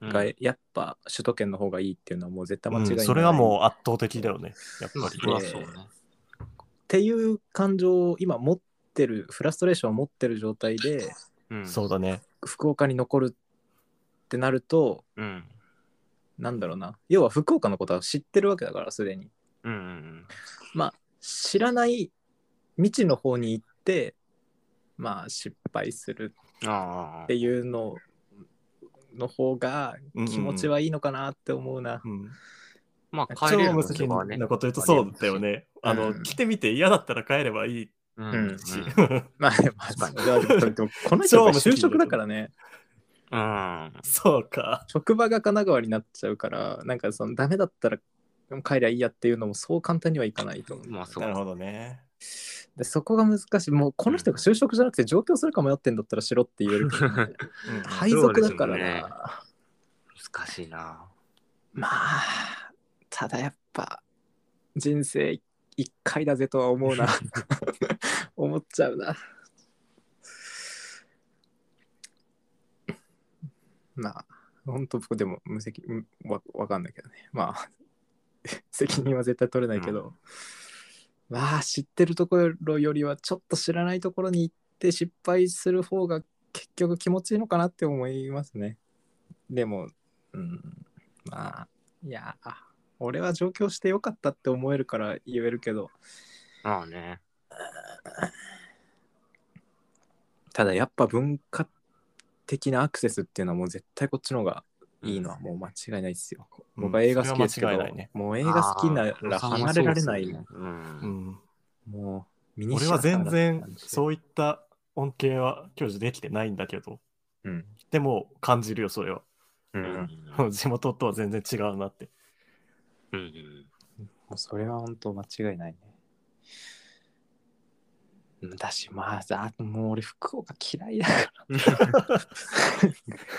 S2: うん
S3: がやっぱ首都圏の方がいいっていうのはもう絶対間違いない、
S1: うんそれはもう圧倒的だよねやっ
S2: ま
S1: ぱ
S2: あそ
S1: り
S2: れはそうね。
S3: っていう感情を今持ってるフラストレーションを持ってる状態で
S2: うん。
S1: そうだね
S3: 福岡に残るってなると
S2: うん。
S3: なんだろうな要は福岡のことは知ってるわけだからすでに
S2: うんうん
S3: 知らない未知の方に行ってまあ失敗する
S2: うん。ああ
S3: っ。ていうのの方が気持ちはいいのかなって思うな。
S1: うん
S2: まあ、帰
S1: 超
S2: れる
S1: 無
S2: 時
S1: 責
S2: は
S1: 任
S2: ね。
S1: なこと言うとそうだよね。
S3: うん
S1: あの、来てみて嫌だったら帰ればいい
S2: うん
S3: う
S2: うんん。
S1: し。
S3: まあ、まあ、
S2: 確か
S3: それはでもでもこの人は
S1: 超無責
S3: 就
S1: 任
S3: 職だからね、
S2: うん。
S1: そうか。
S3: 職場が神奈川になっちゃうから、なんかそのダメだったら帰りゃいいやっていうのもそう簡単にはいかないと思う。
S2: まあ、そ
S1: なる
S2: う。
S1: ほどね。
S3: で、そこが難しい。もうこの人が就職じゃなくて上京するか迷ってんだったらしろって言え るけどね、
S1: うん
S3: 配属だから
S2: そうですよね
S3: な。
S2: 難しいな。
S3: まあ、ただやっぱ、人生一回だぜとは思うな。思っちゃうな。まあ、ほんと僕でも無責任、うんわわかんないけどね。まあ、 責任は絶対取れないけど、まあ、知ってるところよりはちょっと知らないところに行って失敗する方が結局気持ちいいのかなって思いますね。でも、うん、まあ、いや、俺は上京してよかったって思えるから言えるけど、
S2: まあね。
S3: ただやっぱ文化的なアクセスっていうのはもう絶対こっちの方がいいのはもう間違いないですよ。
S1: うん
S3: 僕は映画好きですけど、
S1: それは間違いないね
S3: もう映画好きなら離れられないもん。
S2: う。
S1: うんん、
S3: もう、ミニ
S1: 俺は全然
S3: う。
S1: そういった恩恵は享受できてないんだけど
S3: うん。
S1: でも感じるよそれは
S3: う。
S2: うん
S3: も
S2: ん。
S1: 地元とは全然違うなって
S2: うん。
S3: うそれは本当間違いないね。うんだし、まあ、だもう俺福岡嫌いだからい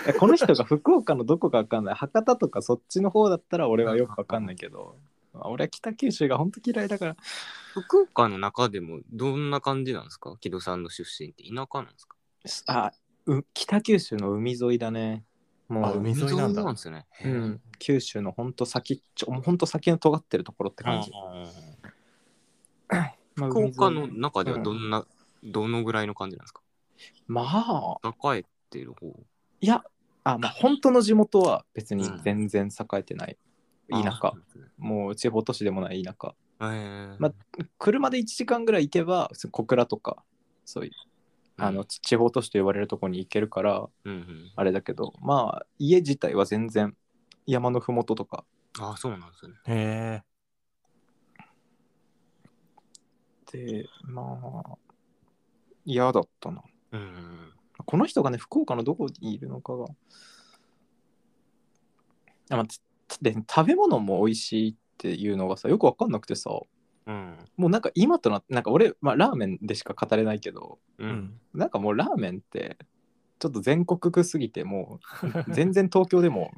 S3: やこの人が福岡のどこかわかんない博多とかそっちの方だったら俺はよくわかんないけど、まあ俺は北九州が本当嫌いだから
S2: 福岡の中でもどんな感じなんですか木戸さんの出身って田舎なんですか
S3: あう北九州の海沿いだねも
S1: あ
S3: う、
S1: 海沿いなんだ
S2: なんですよね。
S3: う
S2: へ
S3: ん、九州の本当先っちょ本当先の尖ってるところって
S2: ー
S3: 感じ、まあ
S2: 福岡
S3: 海
S2: の
S3: 沿い
S2: 中ではどんな、どのぐらいの感じなんですか
S3: まあ
S2: 栄えてる方
S3: いやあまあ本当の地元は別に全然栄えてない、田舎
S2: あーそうですね
S3: もう地方都市でもない田舎
S2: へー
S3: まあ車で1時間ぐらい行けばその小倉とかそういうあの、ち地方都市と呼ばれるとこに行けるから
S2: うんうん、
S3: あれだけどまあ家自体は全然山のふもととか
S2: あーそうなんですね。
S1: へえ
S3: でまあ嫌だったな
S2: うんうん
S3: この人がね福岡のどこにいるのかがあ、まあつつで食べ物も美味しいっていうのがさよく分かんなくてさも
S2: うん。
S3: うなんか今となってなんか俺、まあ、ラーメンでしか語れないけど
S2: う。
S1: うんん
S3: なんかもうラーメンってちょっと全国区すぎても う全然東京でも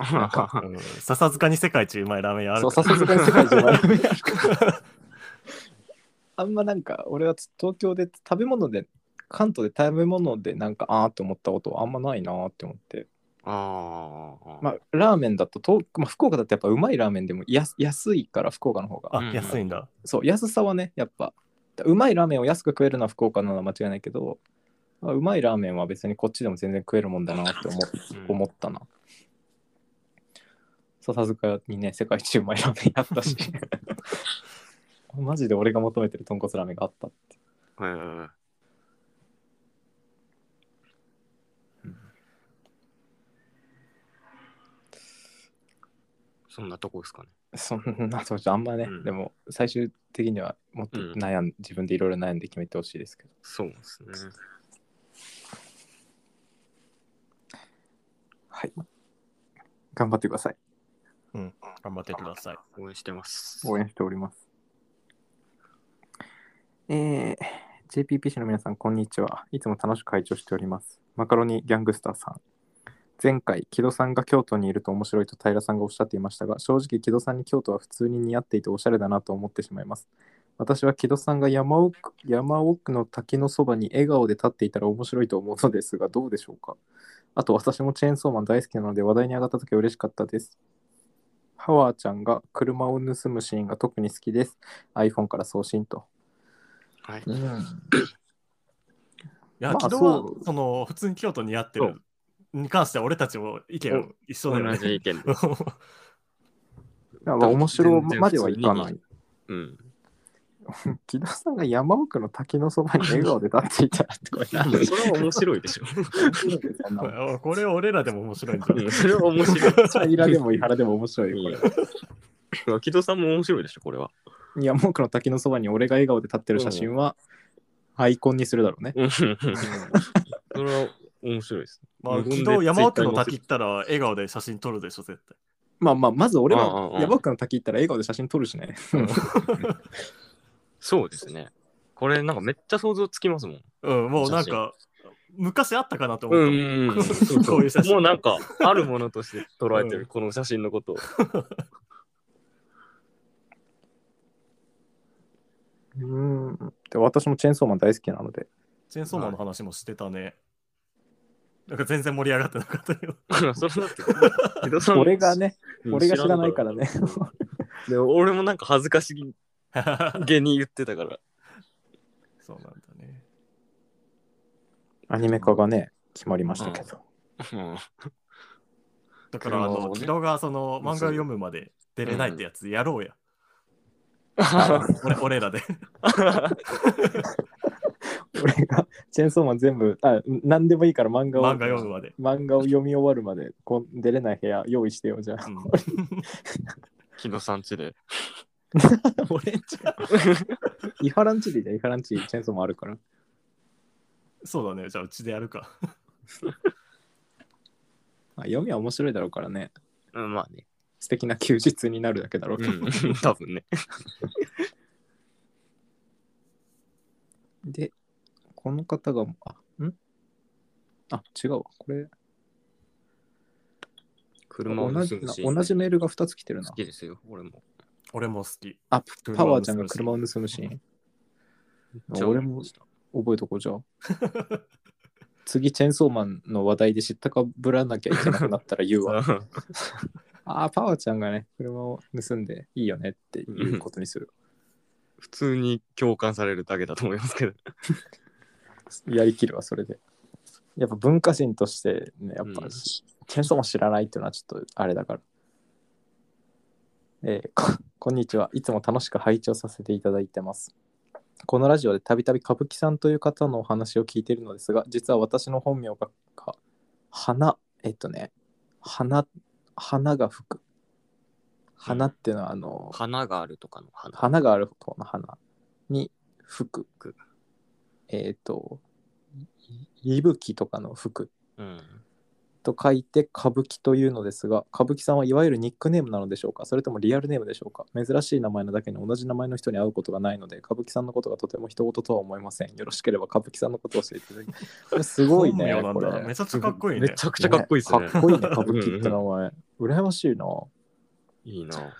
S2: なん か、
S1: うん笹塚に世界一うまいラーメン屋あ
S3: そ
S1: る
S3: う
S1: か
S3: さ
S1: ら
S3: すがに世界中ラーメン屋あるからあんまなんか俺は東京で食べ物で関東で食べ物でなんかああと思ったことはあんまないなーって思って
S2: ああ。
S3: まあラーメンだと東、まあ、福岡だってやっぱうまいラーメンでも安安いから福岡の方が
S1: あ安いんだ、
S3: そう安さはねやっぱうまいラーメンを安く食えるのは福岡なのは間違いないけどまあうまいラーメンは別にこっちでも全然食えるもんだなって思っ
S2: うん
S3: 思ったな。笹塚にね、世界一うまいラーメンあ ったし、マジで俺が求めてる豚骨ラーメンがあったって。
S2: へーそんなとこですかね。
S3: そんなそうじゃあんまね、
S2: うん
S3: でも最終的にはもっと
S2: うん
S3: 悩ん、自分でいろいろ悩んで決めてほしいですけど。
S2: そうですね。
S3: はい。頑張ってください。
S1: うん、頑張ってください
S2: 応援してます。
S3: 応援しております。えー、JPPC の皆さん、こんにちは。いつも楽しく会長しております。マカロニギャングスターさん。前回、木戸さんが京都にいると面白いと平さんがおっしゃっていましたが、正直木戸さんに京都は普通に似合っていておしゃれだなと思ってしまいます。私は木戸さんが山奥山奥の滝のそばに笑顔で立っていたら面白いと思うのですが、どうでしょうかあと、私もチェーンソーマン大好きなので話題に上がった時は嬉しかったです。ハワーちゃんが車を盗むシーンが特に好きです。iPhone から送信と。
S2: はい。
S1: いや、
S3: まあ
S1: 昨日は
S3: そう
S1: その普通に京都似合ってるに関しては俺たちも意見一緒だよ
S2: 同
S1: ね。
S2: じ意見で。
S3: まあ面白まではい
S2: 全然
S3: か
S2: 普
S3: な
S2: 通
S3: い。
S2: うん。
S3: 木田さんが山奥の滝のそばに笑顔で立って いたらってこれ何
S2: それは面白いでしょ。
S3: め
S1: これ俺らでも面白いんじゃない
S2: うんそれは面白い。
S3: っちゃイラでもイハラでも面白いよこれ。
S2: うん木戸さんも面白いでしょ、これは。
S3: 山奥の滝のそばに俺が笑顔で立ってる写真はアイコンにするだろうね。
S2: うんそれは面白いです。
S1: まあ、
S2: 無
S1: 昨
S2: 言で
S1: 日山奥の滝行ったら笑顔で写真撮るでしょ、絶対。
S3: まあまあ、まず俺
S2: うんうん
S3: は
S2: うん
S3: 山奥の滝行ったら笑顔で写真撮るしね。
S2: そうですね。これなんかめっちゃ想像つきますもん。
S1: うん、もうなんか、昔あったかなと思ったもん。
S2: うん
S1: うんそうそういう写真
S2: もうなんか、あるものとして捉えて
S1: う
S2: る、
S1: ん
S2: この写真のことを。
S3: うん。で私もチェーンソーマン大好きなので。
S1: チェーンソーマンの話もしてたね。なんか全然盛り上がってなかったけど。
S2: それだって、木戸さん
S3: 俺が、ね、
S2: うん
S3: 俺が知らないからね。
S2: でも俺もなんか恥ずかしげに言ってたから。
S1: そうなんだね。
S3: アニメ化がね、決まりましたけど。
S2: うん
S1: だから、あ
S2: 車を
S1: の、
S2: ね
S1: 木戸がその漫画を読むまで出れないってやつや ろうや。俺俺らで。
S3: 俺がチェーンソーマン全部、あ、何でもいいから漫画を。
S1: 漫画読むまで。
S3: 漫画を読み終わるまでこん出れない部屋用意してよじゃあ
S1: うん
S2: 木野さんちで。
S3: 俺んち イハランチでじゃあイハランチチェーンソーもあるから
S1: そうだね。じゃあ、うちでやるか。
S3: あ読みは面白いだろうからね
S2: うん、まあね。
S3: 素敵な休日になるだけだろう、
S2: うん、 多分ね。
S3: でこの方があんあ違うわこれ
S2: 車を
S3: 同
S2: 盗
S3: じ
S2: む
S3: な
S2: シーン
S3: 同じメールが2つ来てるな
S2: 好きですよ、俺も。
S1: 俺も好き。
S3: あ
S1: 車を
S3: パワーちゃんが車を盗むシーン
S2: じゃあ
S3: 俺も覚えとこうじゃあ次チェーンソーマンの話題で知ったかぶらなきゃいけなくなったら 言うわああ、パワーちゃんがね、車を盗んでいいよねっていうことにする。
S2: 普通に共感されるだけだと思いますけど。
S3: やりきるわ、それで。やっぱ文化人としてね、やっぱ、
S2: うん
S3: チェーンソーも知らないっていうのはちょっとあれだから。えーここんにちは。いつも楽しく拝聴させていただいてます。このラジオでたびたび歌舞伎さんという方のお話を聞いているのですが、実は私の本名が、か花、えっとね、花、花が吹く。花っていうのは、あの、
S2: 花があるとかの花。
S3: 花がある方の花に服
S2: 服
S3: えっ、といいぶきとかの服
S2: うん。
S3: と書いて歌舞伎というのですが歌舞伎さんはいわゆるニックネームなのでしょうかそれともリアルネームでしょうか珍しい名前なだけに同じ名前の人に会うことがないので歌舞伎さんのことがとても人事とは思いませんよろしければ歌舞伎さんのことを教えていただきこれすごいね
S1: 本名なん
S3: こ
S1: だ
S3: れ
S1: めちゃくちゃかっこいい
S2: め
S1: ね。
S2: ちゃくちゃかっこいいですね。
S3: かっこいいね歌舞伎って名前羨ましいない
S2: いな。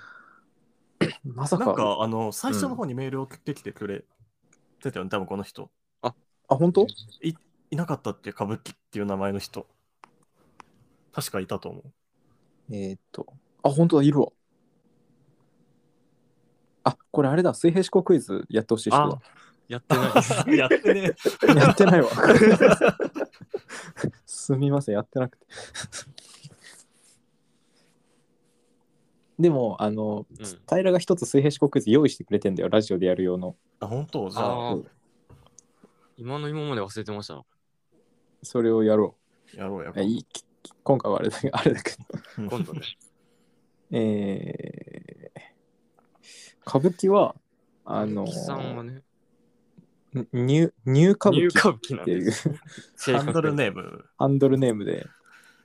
S3: まさ
S1: な
S3: か
S1: んか、あの、最初の方にメールを送ってきてくれてたよね、多分この人。
S3: あ本当
S1: いなかったっていう歌舞伎っていう名前の人。確かいたと思う。
S3: えーっと、あ、本当だ、いるわ。あ、これあれだ、水平思考クイズやってほしい人だ。
S2: やってない です。
S1: やってね。
S3: やっ てないわ。すみません、やってなくて。でも、あの、
S2: うん
S3: 平が一つ水平思考クイズ用意してくれてんだよ、ラジオでやる用の。
S1: あ、本当じゃあ、
S2: ああ。今の今まで忘れてましたな。
S3: それをやろ
S1: やろうや
S3: う。え
S1: ろ
S3: いいきき今回はあれだ けど、あれだけど。
S1: う。
S2: 今度ね。
S3: えー、歌舞伎は、あの、
S2: 木さんはね、
S3: ニュニュー歌舞
S2: ニュー
S3: 伎
S2: 歌舞伎な
S3: っ
S2: ん
S3: てい
S2: で
S3: う
S2: す。正
S1: ハンド
S2: 確
S1: ル
S2: に
S1: ネーム。
S3: ハンドルネームで、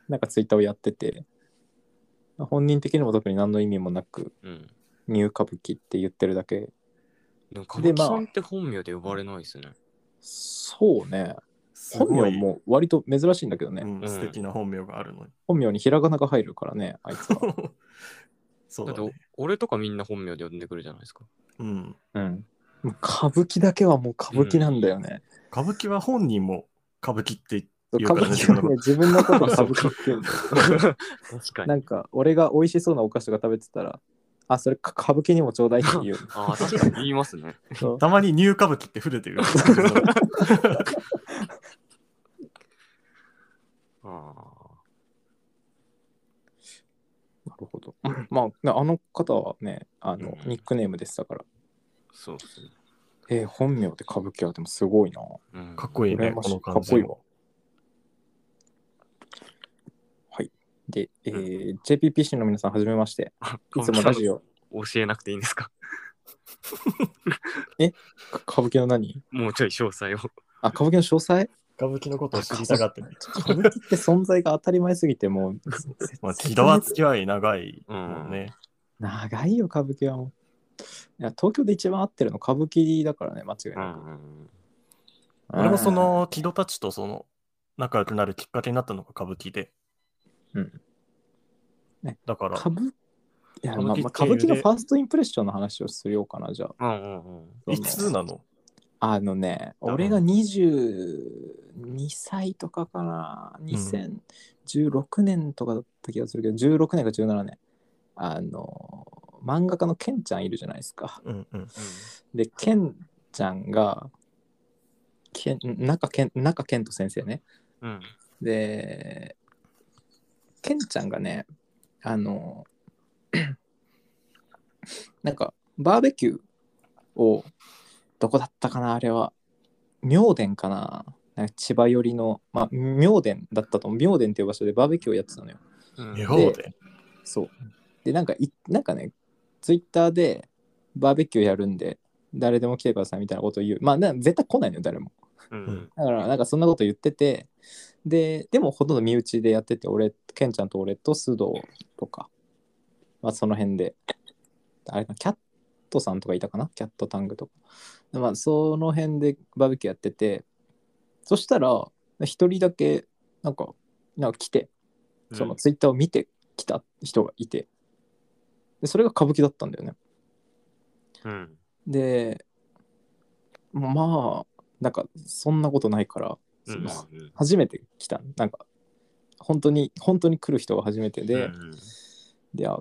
S3: なんかツイッターをやってて、本人的にも特に何の意味もなく、
S2: うん。
S3: ニュー歌舞伎って言ってるだけ。
S2: でも歌舞伎
S3: まあ
S2: さんって本名で呼ばれないですね。
S3: そうね。
S1: す
S3: 本
S1: ご
S3: 名
S1: い、
S3: も割と珍しいんだけどね。
S1: うん、素敵な本名がある のに。
S3: 本名にひらがなが入るからね、あいつ は。
S1: そう
S2: だ
S1: だ
S2: って
S1: ね
S2: お。俺とかみんな本名で呼んでくるじゃないですか。
S1: うん。
S3: うん。もう歌舞伎だけはもう歌舞伎なんだよね。歌
S1: 歌舞伎は本人も歌舞伎って、うん
S3: 舞伎はね、自分のこと歌舞伎って言うんだよ。
S2: 確か
S3: な
S2: に。
S3: んか、俺が美味しそうなお菓子とか食べてたら、あ、それか歌舞伎にもちょうだいって言う。
S2: ああ、確かに言いますね。
S3: そう
S1: たまにニュー歌舞伎って触れ てる。
S2: ああ。
S3: なるほど。まあ、あの方はね、あの、
S2: うん
S3: ニックネームでしたから。
S2: そうですね。
S3: えー本名で歌舞伎はでもすごいな。
S2: うん
S1: かっこいいね、
S3: 羨ま
S1: こ
S3: しい
S1: の感じ
S3: かっこいいわ。はい。で、えー JPPC の皆さん、はじめまして。いつもラジオ、
S2: 教えなくていいんですか
S3: か歌舞伎の何
S2: もうちょい詳細を。
S3: あ、歌舞伎の詳細
S1: 歌舞伎のことを知りたがってない。
S3: 歌舞伎って存在が当たり前すぎて、もう、
S1: まあ、木戸は付き合い長いもんね。
S3: 長いよ、歌舞伎はもう。いや東京で一番合ってるの歌舞伎だからね、間違いなく。
S1: 俺もそ、の木戸たちとその仲良くなるきっかけになったのが歌舞伎で。
S3: うんね
S1: だから、
S3: 歌舞いや、
S1: 歌
S3: まあ
S1: 舞伎
S3: まあ、
S1: 経由
S3: 歌舞
S1: で
S3: 伎のファーストインプレッションの話をするようかな、じゃあ。
S2: うんうんうん。
S1: いつなの
S3: あのね、
S1: うん
S3: 俺が22歳とかかな、2016年とかだった気がするけど、16年か17年、あの、漫画家のケンちゃんいるじゃないですか。
S1: うんうん。
S3: で、ケンちゃんが、ケン中健中健人先生ね。
S2: うん。
S3: で、ケンちゃんがね、あの、 なんか、バーベキューを、どこだったかな、あれは。妙殿かななんか千葉寄りの、まあ、妙殿だったと思う妙殿っていう場所でバーベキューをやってたのよ。
S2: うん
S1: 日本で。
S3: そう。で、なんかい、なんかね、ツイッターでバーベキューやるんで、誰でも来てくださいみたいなことを言う。まあ、な絶対来ないのよ、誰も。
S2: うん
S3: だから、なんかそんなこと言ってて、で、でもほとんど身内でやってて、俺、ケンちゃんと俺と須藤とか、まあその辺で、あれか、キャットさんとかいたかなキャットタングとか。まあその辺でバーベキューやってて、そしたら、一人だけ、なんか、なんか来て、そのツイッターを見てきた人がいて、でそれが歌舞伎だったんだよね。
S2: うん
S3: で、まあ、なんかそんなことないから、
S2: う
S3: そ
S2: ん
S3: の初めて来たなんか本当に本当に来る人が初めてで、
S2: うん
S3: であ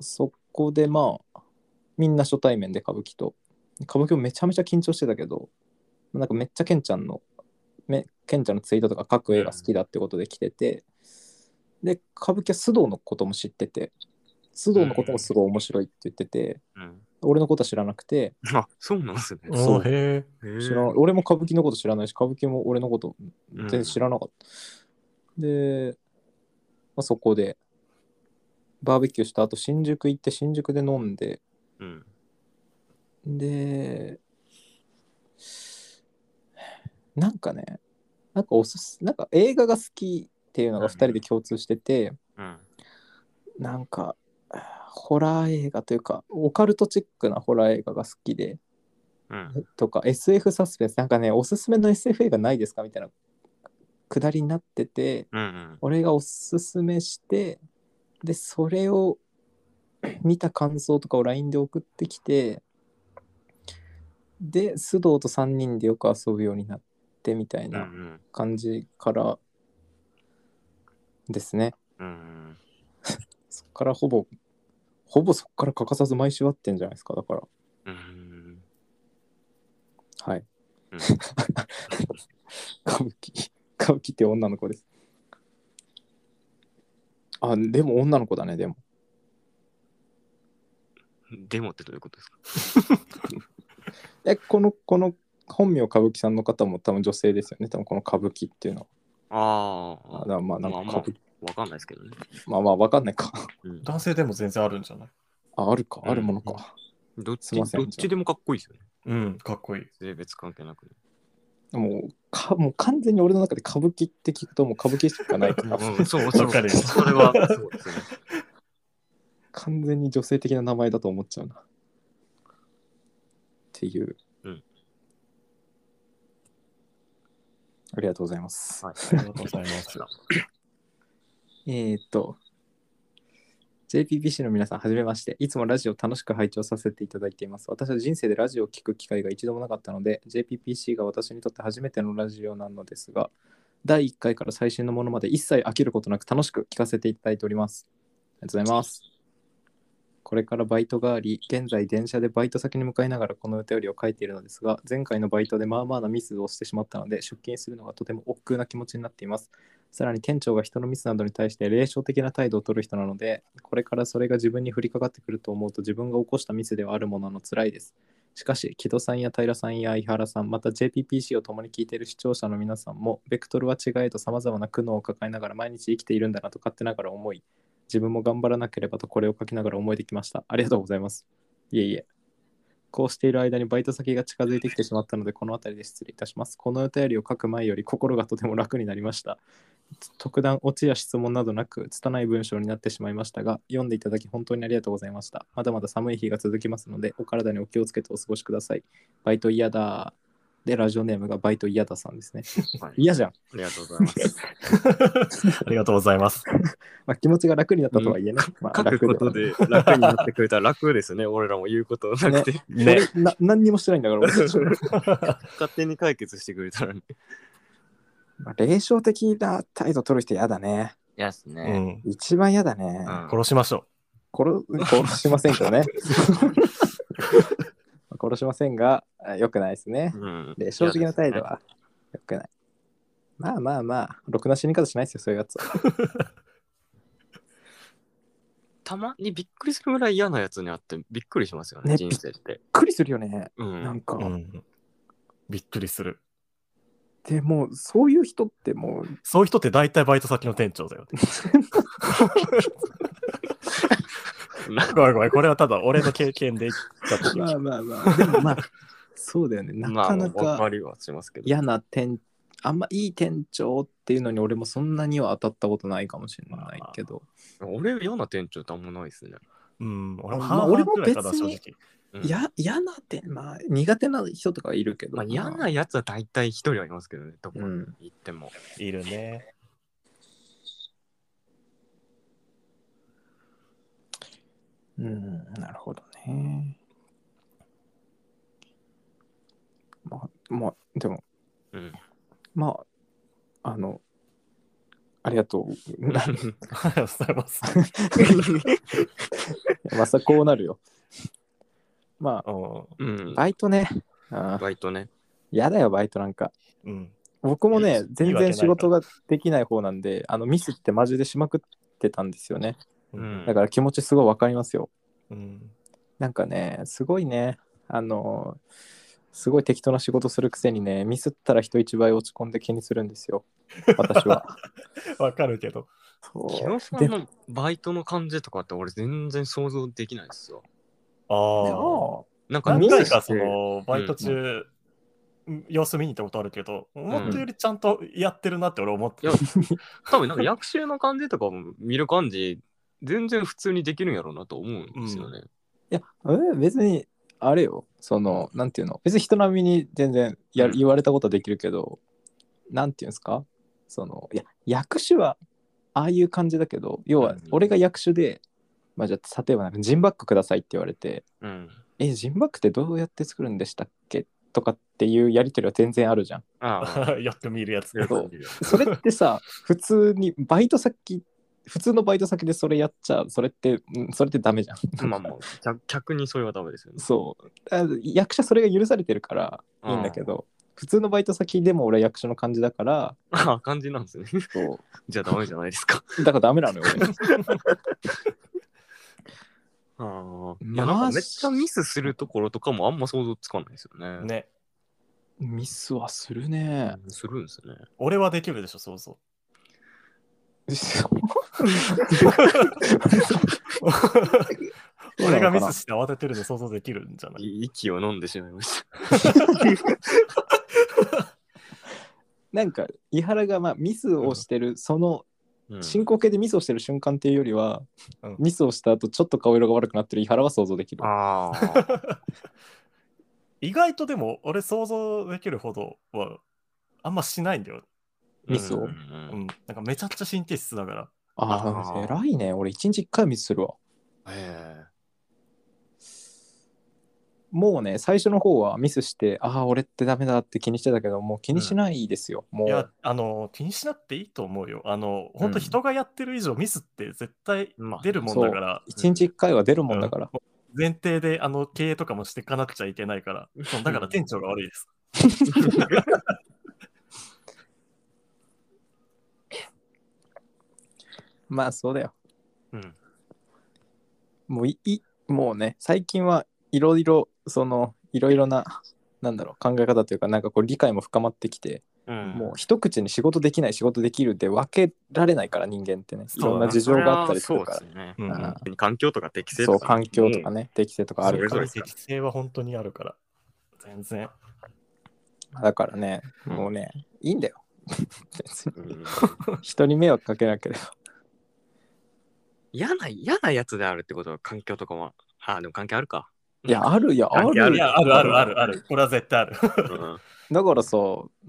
S3: そこでまあみんな初対面で歌舞伎と歌舞伎もめちゃめちゃ緊張してたけどなんかめっちゃケンちゃんのめケンちゃんのツイートとか各映画好きだってことで来てて、で歌舞伎は須藤のことも知ってて須藤のこともすごい面白いって言ってて、
S2: うん
S3: 俺のことは知らなくて、
S2: あそうなんすね
S1: おーへえ。
S2: へー
S3: 知らん俺も歌舞伎のこと知らないし歌舞伎も俺のこと全然知らなかった、で、まあ、そこでバーベキューした後新宿行って新宿で飲んで
S2: うん
S3: でなんかねなんかおすすなんか映画が好きっていうのが2人で共通してて、
S2: うん
S3: なんかホラー映画というかオカルトチックなホラー映画が好きで、
S2: うん
S3: とか SF サスペンスなんかねおすすめの SF 映画ないですかみたいなくだりになってて
S2: うん
S3: 俺がおすすめしてでそれを見た感想とかを LINE で送ってきてで須藤と3人でよく遊ぶようになってみたい
S2: うんう
S3: なん感じからですね
S2: うん
S3: そっからほぼほぼそっから欠かさず毎週会ってんじゃないですかだから
S2: うん
S3: はい
S2: うん
S3: 歌舞伎歌舞伎って女の子ですあでも女の子だねでも
S2: デモってどういうことですか
S3: えこのこの本名歌舞伎さんの方も多分女性ですよね多分この歌舞伎っていうの
S2: あ
S3: はあ
S2: あ
S3: だからまあなんか
S2: まあまあ
S3: 歌舞伎
S2: わかんないですけどね
S3: まあまあわかんないか
S2: うん
S1: 男性でも全然あるんじゃない
S3: ああるか
S2: うん
S3: あるものか、
S2: どっ
S3: す
S2: ち
S3: いません
S2: どっちでもかっこいいですよね
S1: うん、かっこいい。
S2: 性別関係なく
S3: もうかもう完全に俺の中で歌舞伎って聞くともう歌舞伎しかないから
S2: うんそうそう
S1: わかるよ
S2: それはそうですね
S3: 完全に女性的な名前だと思っちゃうな。っていう。
S2: うん
S3: ありがとうございます。
S2: はい
S1: ありがとうございます。
S3: えーっと、JPPC の皆さん、はじめまして。いつもラジオを楽しく拝聴させていただいています。私は人生でラジオを聞く機会が一度もなかったので、JPPC が私にとって初めてのラジオなのですが、第1回から最新のものまで一切飽きることなく楽しく聞かせていただいております。ありがとうございます。これからバイトがあり、現在電車でバイト先に向かいながらこのお便りを書いているのですが、前回のバイトでまあまあなミスをしてしまったので、出勤するのがとても億劫な気持ちになっています。さらに店長が人のミスなどに対して霊障的な態度を取る人なので、これからそれが自分に降りかかってくると思うと自分が起こしたミスではあるものの辛いです。しかし、木戸さんや平さんや井原さん、また JPPC を共に聞いている視聴者の皆さんも、ベクトルは違えと様々な苦悩を抱えながら毎日生きているんだなと勝手ながら思い、自分も頑張らなければとこれを書きながら思いできました。ありがとうございます。いえいえ。こうしている間にバイト先が近づいてきてしまったので、この辺りで失礼いたします。このお便りを書く前より心がとても楽になりました。特段オチや質問などなく拙い文章になってしまいましたが読んでいただき本当にありがとうございましたまだまだ寒い日が続きますのでお体にお気をつけてお過ごしくださいバイト嫌だでラジオネームがバイト嫌ださんですね
S2: はい
S3: 嫌じゃん、
S2: ありがとうございます
S1: ありがとうございます。
S3: まあ、気持ちが楽になったとは言えない、まあ
S2: 書く
S3: 楽
S2: ことで楽になってくれたら楽ですね俺らも言うことなくて、
S3: ではない
S1: ね。
S3: 俺な何にもしてないんだから俺
S2: 勝手に解決してくれたらね
S3: まあ霊障的な態度取る人嫌だね
S2: やす
S1: う、ん。
S3: 一番嫌だね、
S2: うん
S1: 殺しましょ
S3: 殺殺しません けどね殺しませんがよくないですね、
S2: うん
S3: で、正直な態度は良くない。まあまあまあ、ろくな死に方しないですよ、そういうやつは。
S2: たまにびっくりするぐらい嫌なやつにあってびっくりしますよね
S3: ね
S2: 人生って、
S3: びっくりするよね。
S2: う
S3: なん
S2: ん、
S3: か、
S1: う。うん。びっくりする。
S3: でも、そういう人ってもう、
S1: そういう人って大体バイト先の店長だよ って。
S2: な
S1: ごめんごめん、これはただ俺の経験で言っちゃった
S3: まあまあまあ、でもまあ、そうだよね。な
S2: ま
S3: か
S2: あ、
S3: な
S2: わ
S3: か
S2: かりはしますけど。
S3: 嫌な店、あんまいい店長っていうのに俺もそんなには当たったことないかもしれないけど。
S2: 俺、嫌な店長ってあんまないですね。
S1: うん、俺も
S3: まあ
S1: 半々
S3: 俺も
S1: くらいかな、
S3: 別
S1: 正
S3: に
S1: 直。
S2: うん
S3: いや、嫌な店、まあ、苦手な人とかいるけど。
S2: まあ、嫌なやつは大体一人はいますけどね、どこ
S3: うん。
S2: 行っても。
S1: いる ね。
S3: うん、なるほどね。まあ、まあ、でも、
S2: うん。
S3: まあ、あの、ありがとう。な
S1: ありがとうございます。
S3: まさこうなるよ。ま
S1: う
S2: うん
S3: あ、バイトね。ああ
S2: バイトね。
S3: 嫌だよ、バイトなんか。
S1: んうん。
S3: 僕も
S1: いい
S3: ね
S1: わ、けない
S3: 全
S1: から
S3: 然仕事ができない方なんで、あのミスってマジでしまくってたんですよね。
S1: うん
S3: だから気持ちすごいわかりますよ。
S1: うん。
S3: なんかね、すごいね、あの、すごい適当な仕事するくせにね、ミスったら人一倍落ち込んで気にするんですよ、私は。
S1: わかるけど。
S3: そう
S2: 木野さんのバイトの感じとかって俺全然想像できないですよ。
S3: で
S1: ああ。
S3: も
S2: なんか
S1: 何
S2: ミス
S1: 回
S2: して
S1: かそのバイト中、様子見に行ったことあるけど、思ったよりちゃんとやってるなって俺思って
S2: いや多分なんか役習の感じとかも見る感じ、全然普通にできるんやろうなと思うんですよね。
S3: いや、うん別に、あれよ、その、なんていうの、別に人並みに全然や
S2: うん
S3: 言われたことはできるけど、なんていうんですか、その、いや、役種はああいう感じだけど、要は
S2: うん、
S3: 俺が役種で、まあじゃあ、例えばなんか、ジンバッグくださいって言われて、
S2: うん。
S3: え、ジンバッグってどうやって作るんでしたっけとかっていうやりとりは全然あるじゃん。
S2: あ
S1: よく見る やつ。
S2: あ。
S3: そうそれって さ普通にバイト先普通のバイト先でそれやっちゃそれってうんそれってダメじゃん
S2: まあまあ、客客にそれはダメですよね。
S3: そうあ役者それが許されてるからいいんだけど普通のバイト先でも俺役者の感じだから
S2: ああ、感じなんですね。
S3: そ
S2: じゃあダメじゃないですか。
S3: うだからダメなのよ俺
S2: ああ。い
S3: ま
S2: や、
S3: あ
S2: なんかめっちゃミスするところとかもあんま想像つかないですよね。
S1: ね。
S3: ミスはするね
S2: うんするん ですね。
S1: 俺はできるでしょ、そうそ俺がミスして慌ててるの想像できるんじゃない
S2: い息を飲んでしまいました。
S3: なんか伊原がまあミスをしてるその
S2: う ん
S3: 進行形でミスをしてる瞬間っていうよりは、
S1: うん
S3: ミスをした後ちょっと顔色が悪くなってる伊原は想像できる
S2: ああ。
S1: 意外とでも俺想像できるほどはあんましないんだよ。
S3: ミス
S2: う
S3: を
S2: んうん
S1: う
S2: うん
S1: ん。なんかめちゃくちゃ神経質だから。
S3: ああ
S2: あー
S3: 偉いね俺一日一回ミスするわ
S2: え
S3: もうね、最初の方はミスして、ああ、俺ってダメだって気にしてたけど、もう気にしないですよ。も
S1: いや
S3: う、、
S1: あの、気にしなくていいと思うよ。あの、本当人がやってる以上ミスって絶対
S2: まあ
S1: 出るもんだから。
S3: 一日一回は出るもんだから。
S1: 前提であの経営とかもしていかなくちゃいけないから、そうだから店長が悪いです。
S3: まあ、そうだよ。
S2: えうん。
S3: もういい、もうね、最近はいろいろ、その、いろいろな、なんだろう、考え方というか、なんかこう、理解も深まってきて、
S2: うん
S3: もう一口に仕事できない、仕事できるで分けられないから、人間ってね、いろんな事情があったりするから。
S2: それはそう
S1: うん
S2: です
S3: あ
S2: ね。うん環境とか適性
S3: そう、
S2: とか。
S3: 環境とかね、適性とかある
S2: それぞれ
S1: 適性は本当にあるから、全然。
S3: だからね、
S2: うん
S3: もうね、いいんだよ。 別に
S2: うん。うん
S3: 人に迷惑かけなければ。
S2: 嫌な、嫌なやつであるってことは環境とかも。ああ、でも関係あるか。
S3: いや、あるよ、あ
S2: 関係
S3: る
S2: あ
S3: よ
S2: る
S1: い。や、あるあるあるある。これは絶対ある。
S2: うん
S3: だからさ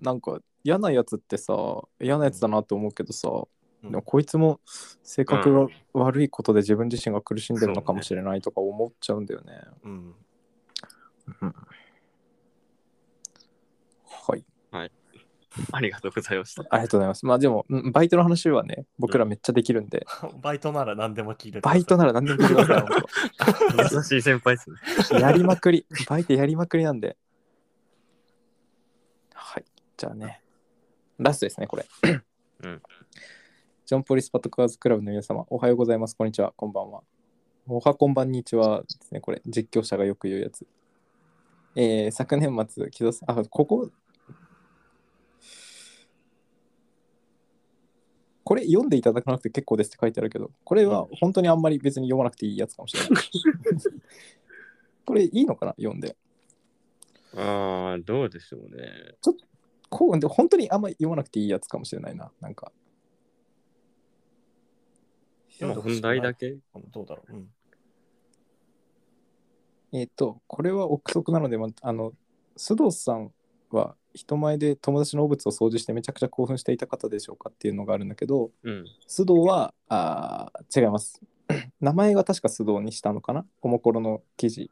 S3: なんか嫌なやつってさ嫌なやつだなって思うけどさ、
S1: うん
S3: でもこいつも性格が悪いことで自分自身が苦しんでるのかもしれないとか思っちゃうんだよね。
S1: うん。
S3: はい
S2: ありがとうございま した。
S3: ありがとうございます。まあでもうんバイトの話はね僕らめっちゃできるんで、
S1: バイトなら何でも聞いて
S3: バイト
S1: な
S3: なら何でも聞いてください本
S2: 優しい先輩ですね。
S3: 当やりまくりバイトやりまくりなんではいじゃあねラストですねこれ、
S2: うん
S3: ジョンポリスパトクワーズクラブの皆様おはようございますこんにちはこんばんはおはこんばんにちはですねこれ実況者がよく言うやつえー、昨年末木戸さんあこここれ読んでいただかなくて結構ですって書いてあるけど、これは本当にあんまり別に読まなくていいやつかもしれない。これいいのかな読んで。
S2: ああ、どうでしょうね。
S3: こうで本当にあんまり読まなくていいやつかもしれないな。なんか、
S2: 今本題だけ
S1: どうだろう、うん
S3: えっ、と、これは憶測なので、まあの、須藤さんは人前で友達の汚物を掃除してめちゃくちゃ興奮していた方でしょうかっていうのがあるんだけど、
S2: うん。
S3: 須藤はあー違います 名前は確か須藤にしたのかなおもころの記事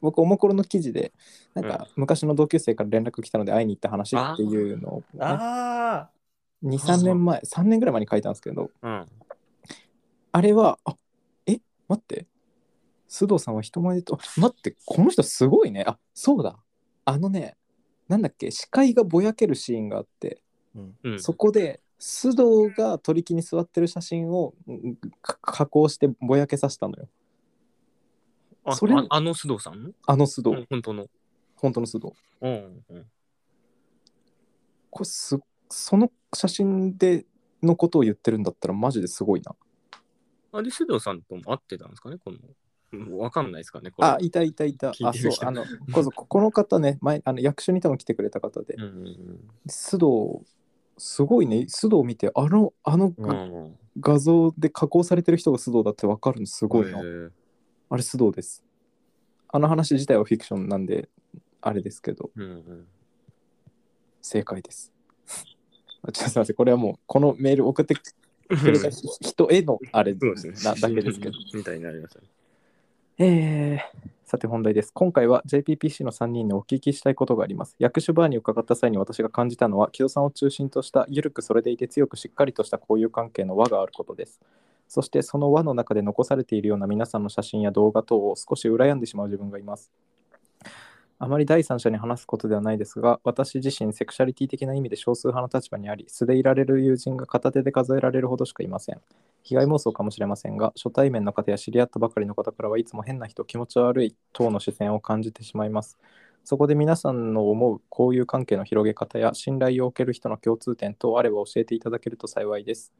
S3: 僕おもころの記事でなんか昔の同級生から連絡来たので会いに行った話っていうのを、ね、
S1: あ
S3: 23年前3年ぐらい前に書いたんですけど
S2: うん。
S3: あれはあえ待って須藤さんは人前でと あ待ってこの人すごいねあそうだあのねなんだっけ視界がぼやけるシーンがあって
S1: ー、うん、
S2: うん、
S3: そこで須藤が取り木に座ってる写真をうんか加工してぼやけさせたのよ
S2: あ
S3: それ
S2: ああの須藤さんの
S3: あの須藤、
S2: うん本当の。
S3: 本当の須藤
S2: うん。うん
S3: これすその写真でのことを言ってるんだったらマジですごいな
S2: あ、で、須藤さんとも会ってたんですかねこの。うんわかんないですかねこれ
S3: あいたいたいた
S2: 聞
S3: あ
S2: いて
S3: そ
S2: る
S3: う
S2: 人
S3: あのこそここの方ね前あの役所に多分来てくれた方で、
S2: うんうん
S3: 須藤すごいね須藤見てあのあの
S2: うん。うん。
S3: 画像で加工されてる人が須藤だって分かるのすごいな、
S2: へー
S3: あれ須藤ですあの話自体はフィクションなんであれですけど
S2: うんうん。
S3: 正解です。ちょっとすいません、これはもうこのメール送ってくれ た人へのあれ
S2: そうですね。
S3: なだけですけど。。
S2: みたいになりましたね。
S3: えーさて本題です。今回は JPPC の3人にお聞きしたいことがあります。役所バーに伺った際に私が感じたのは、木戸さんを中心とした、ゆるくそれでいて強くしっかりとした交友関係の輪があることです。そしてその輪の中で残されているような皆さんの写真や動画等を少し羨んでしまう自分がいます。あまり第三者に話すことではないですが、私自身セクシャリティ的な意味で少数派の立場にあり、素でいられる友人が片手で数えられるほどしかいません。被害妄想かもしれませんが、初対面の方や知り合ったばかりの方からはいつも変な人、気持ち悪い等の視線を感じてしまいます。そこで皆さんの思う交友関係の広げ方や信頼を受ける人の共通点等あれば教えていただけると幸いです。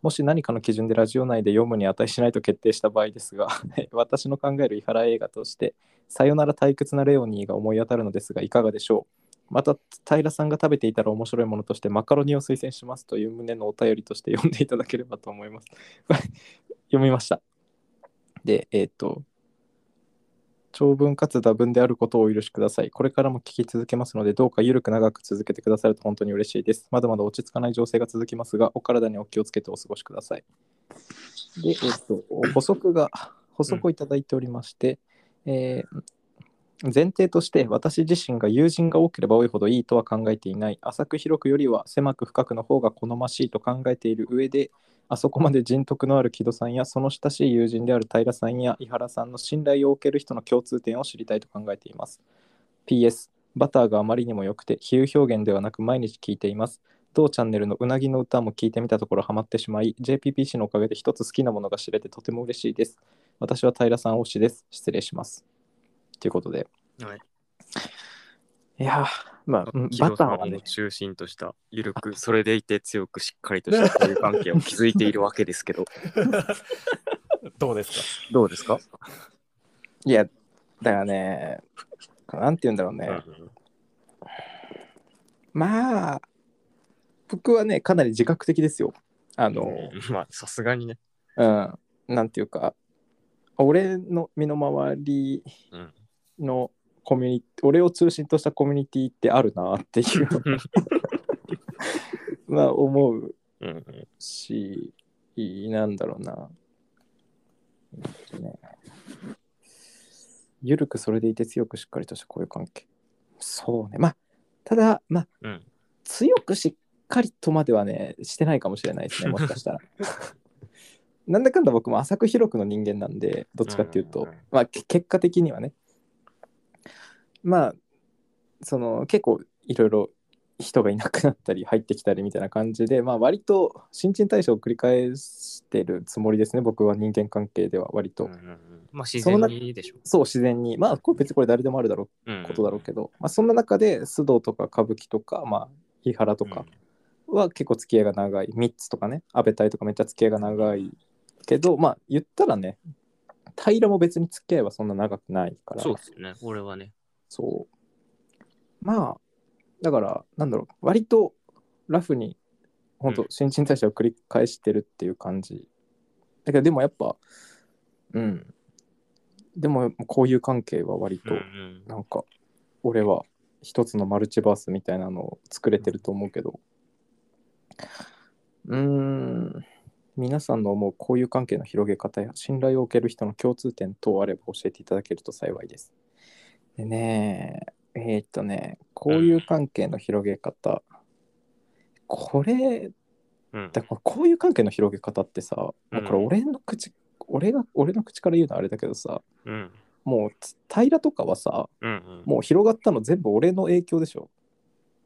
S3: もし何かの基準でラジオ内で読むに値しないと決定した場合ですが、 私の考える伊原映画として、さよなら退屈なレオニーが思い当たるのですが、いかがでしょうまた、平さんが食べていたら面白いものとしてマカロニを推薦しますという旨のお便りとして読んでいただければと思います。読みました。で、えーっ、と、長文かつ多文であることをお許しください。これからも聞き続けますので、どうか緩く長く続けてくださると本当に嬉しいです。まだまだ落ち着かない情勢が続きますが、お体にお気をつけてお過ごしください。で、えーっ、と、補足が、補足をいただいておりまして、えー前提として私自身が友人が多ければ多いほどいいとは考えていない浅く広くよりは狭く深くの方が好ましいと考えている上であそこまで人徳のある木戸さんやその親しい友人である平さんや伊原さんの信頼を受ける人の共通点を知りたいと考えています。PS、バターがあまりにも良くて、比喩表現ではなく毎日聞いています。同チャンネルのうなぎの歌も聞いてみたところハマってしまい、JPPC のおかげで一つ好きなものが知れてとても嬉しいです。私は平さん推しです。失礼します。ということで。
S2: はい、
S3: いやー、まあ、うん
S2: 木
S3: バ
S2: 戸
S3: タ
S2: さ
S3: ー
S2: ん
S3: はね
S2: を、中心とした、ゆるく、それでいて強くしっかりとした交友関係を築いているわけです けど、
S1: どうですか
S2: どうですか、
S3: いや、だからね、なんて言うんだろうね。まあ、僕はね、かなり自覚的ですよ。あの、
S2: うんまあ、さすがにね。
S3: うん、なんていうか、俺の身の回り
S2: うん
S3: のコミュニティ、俺を中心としたコミュニティってあるなっていう まあ思う
S2: うんうん
S3: し、なんだろうな。ねゆるくそれでいて強くしっかりとしたこういう関係。そうね。まあ、ただ、まあ、
S2: うん
S3: 強くしっかりとまではね、してないかもしれないで すね、もしかしたら。なんだかんだ僕も浅く広くの人間なんで、どっちかっていうと、
S2: うんうんうん
S3: まあ、け結果的にはね。まあ、その、結構いろいろ人がいなくなったり入ってきたりみたいな感じで、まあ、割と新陳代謝を繰り返してるつもりですね僕は人間関係では割と、
S2: うんうんうんまあ、自
S3: その
S2: 然
S3: 中
S2: にでしょう。
S3: そう自然にまあこれ別にこれ誰でもあるだろうことだろうけど、まあ、そんな中で須藤とか歌舞伎とか、まあ、伊原とか、
S2: うん
S3: は結構付き合いが長い。ミッツとかね、安倍隊とかめっちゃ付き合いが長いけど、まあ言ったらね、平も別に付き合いはそんな長くないから。
S2: そうですよね。これはね。
S3: そう。まあ、だから、なんだろう、割とラフに、本
S2: う
S3: 当
S2: ん
S3: 新陳代謝を繰り返してるっていう感じ。だけど、でもやっぱ、うん。でも、こういう関係は割
S2: うん
S3: と、
S2: うん。
S3: なんか、俺は一つのマルチバースみたいなのを作れてると思うけど、うーん、皆さんの思うこういう関係の広げ方や信頼を受ける人の共通点等あれば教えていただけると幸いです。でね、えーっとね、こういう関係の広げ方、これ、
S2: うん
S3: だからこういう関係の広げ方ってさ、もうこれ俺の口、俺が、俺の口から言うのはあれだけどさ、
S2: うん。
S3: もう平とかはさ、
S2: うん。
S3: もう広がったの全部俺の影響でしょ。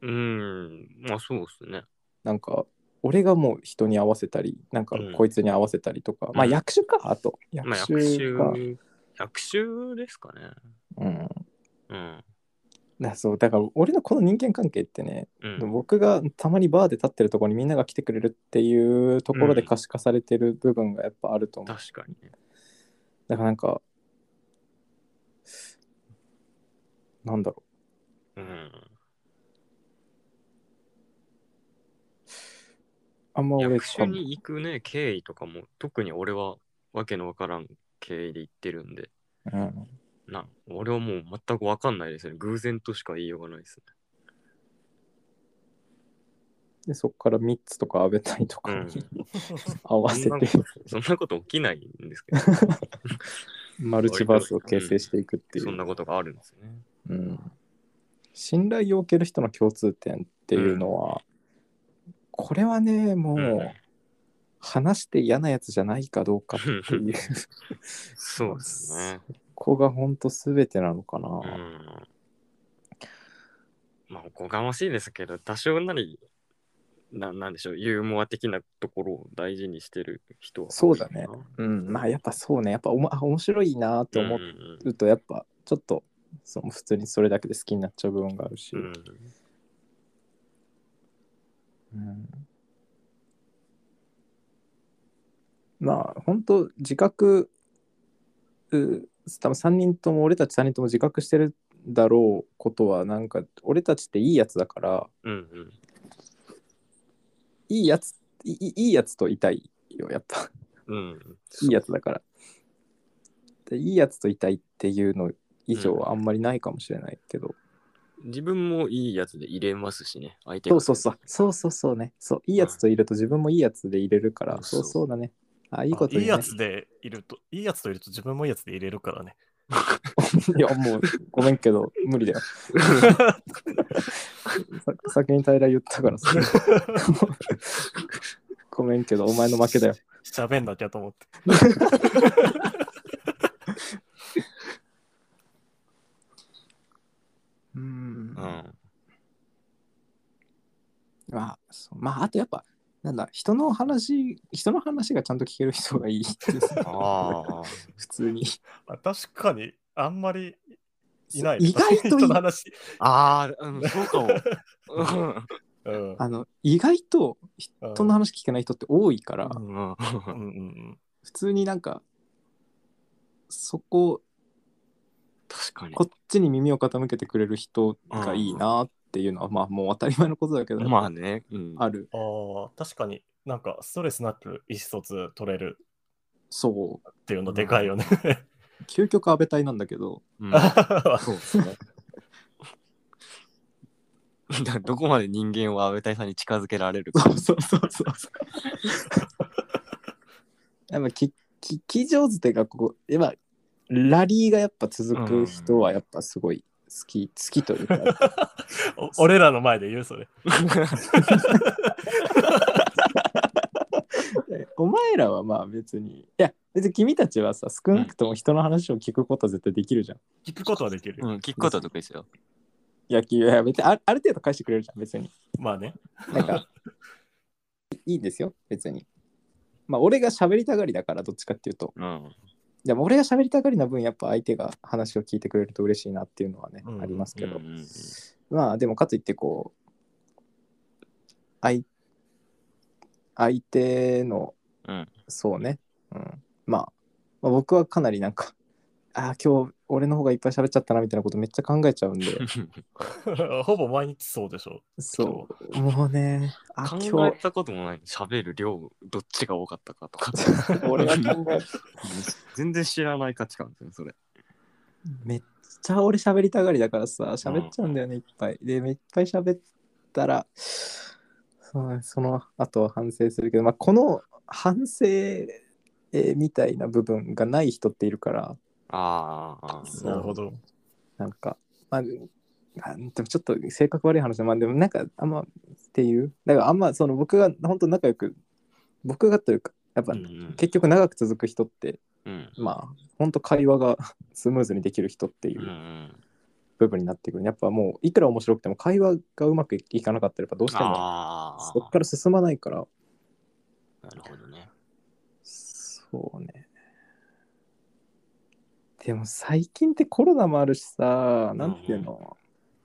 S2: うん。うん。まあそうですね。
S3: なんか、俺がもう人に合わせたり、なんか
S2: うん
S3: こいつに合わせたりとか、まあ
S2: うん
S3: 役種か、あと。
S2: まあ
S3: 役
S2: 役
S3: 種か。
S2: 種、役種ですかね。
S3: う
S2: う
S3: ん。
S2: ん。
S3: だそう、だから俺のこの人間関係ってね、
S2: うん。
S3: 僕がたまにバーで立ってるところにみんなが来てくれるっていうところで
S2: うん
S3: 可視化されてる部分がやっぱあると思う。
S2: 確かにね。
S3: だからなんか、なんだろう。
S2: うん。
S3: あんま俺
S2: 役
S3: 多
S2: 所
S3: 分
S2: に行くね経緯とかも特に俺はわけのわからん経緯で行ってるんで
S3: うん、
S2: な俺はもう全くわかんないですね偶然としか言いようがないです
S3: でそこから3つとか安倍隊とか
S2: う
S3: に
S2: ん
S3: 合わ
S2: ね
S3: せ
S2: そん
S3: て
S2: なこと そんなこと起きないんですけど
S3: マルチバースを形成していくっていう。
S2: そんなことがあるんですよね
S3: うん、信頼を受ける人の共通点っていうのは、これはねもう、
S2: うん
S3: 話して嫌なやつじゃないかどうかっていう
S2: そうですね
S3: ここが本当全てなのかな、
S2: うんまあおこがましいですけど多少なりななんでしょうユーモア的なところを大事にしてる人は
S3: そうだねうんまあやっぱそうねやっぱおもあ面白いなって思
S2: うんうん
S3: うとやっぱちょっとその普通にそれだけで好きになっちゃう部分があるし、
S2: うん
S3: うんまあ本当自覚う多分3人とも俺たち3人とも自覚してるだろうことはなんか俺たちっていいやつだから
S2: うんうん
S3: いいやついいいいやつといたいよやっぱ
S2: うん。
S3: いいやつだからでいいやつといたいっていうの以上はあんまりないかもしれないけど、
S2: 自分もいいやつで入れますしね、相手
S3: そ
S2: が
S3: うそうそうそうそうそうねそういいやつといると自分もいいやつでいれるから、
S2: うん
S3: そうそうだねあい
S1: い
S3: いこと言うね
S1: いいやつでいると、いいやつといると自分もいいやつで入れるからね。
S3: いや、もう、ごめんけど、無理だよ。さ 先に平言った からさ。ごめんけど、お前の負けだよ。
S1: 喋んなきゃと思って。
S3: うん
S2: うん。
S3: まあ、そうまあ、あとやっぱ、なんだ、人の話、人の話がちゃんと聞ける人がいいってさ
S2: ああ。
S3: 普通に。
S1: あ確かに、あんまりいない、
S3: 意外
S1: 人
S3: といい
S1: の。話。
S2: ああ、うん、そうかも。
S1: うん。
S3: あの、意外と人の話聞けない人って多いから、
S2: うん。うん
S1: うんうんうん。
S3: 普通になんか、そこ、
S2: 確かに。
S3: こっちに耳を傾けてくれる人がいいなっていうのは、まあ、もう当たり前のことだけど、
S2: まあね。うん。
S3: ある。
S1: ああ、確かになんかストレスなく意思疎通取れる
S3: そう。
S1: っていうのでかいよね。
S3: 究極安倍隊なんだけど
S2: うん
S1: 確
S2: そうですね。 だからどこまで人間を安倍隊さんに近づけられるか。
S3: うそうそうそう やっぱき聞き上手というかここやっぱラリーがやっぱ続く人はやっぱすごい好き、好きというか
S1: お俺らの前で言うそれ。
S3: お前らはまあ別にいや別に君たちはさ少なくとも人の話を聞くことは絶対できるじゃん、
S1: 聞くことはできる
S2: う
S1: よ。
S2: ん、聞くことは得意ですよ。
S3: 野球は別にあある程度返してくれるじゃん別に
S1: まあね。
S3: なんかいいんですよ別にまあ俺が喋りたがりだからどっちかっていうと
S2: うん。
S3: でも俺が喋りたがりな分やっぱ相手が話を聞いてくれると嬉しいなっていうのはね、
S1: うん
S3: ありますけど、
S2: うんうんうん
S3: まあでもかといってこうあい相手の、
S2: うん
S3: そうね、うんまあ、まあ僕はかなりなんかああ今日俺の方がいっぱい喋っちゃったなみたいなことめっちゃ考えちゃうんで
S1: ほぼ毎日そうでしょ。
S3: そうもうねあ
S2: 考
S3: 今
S2: え
S3: 日
S2: たこともない。喋る量、どっちが多かったかとか。
S3: 俺が考え
S2: 全然知らない価値観ですね、それ。
S3: めっちゃ俺喋りたがりだからさ喋っちゃうんだよね、いっぱいでめっぱい喋ったらそうその後は反省するけど、まあ、この反省えーみたいな部分がない人っているから
S2: あーあー。
S3: なるほ
S1: ど。
S3: なんかまああでもちょっと性格悪い話だまあでもなんかあんまっていうだからあんまその僕が本当仲良く僕がというかやっぱ、
S2: うんうん
S3: 結局長く続く人って
S2: うん
S3: まあ本当会話がスムーズにできる人っていううん
S2: うん
S3: 部分になってくる、やっぱもういくら面白くても会話がうまくいかなかったらやっぱどうしても
S2: あ
S3: そこ
S2: あ。
S3: から進まないから
S2: なるほどね。
S3: そうねでも最近ってコロナもあるしさなんていうの、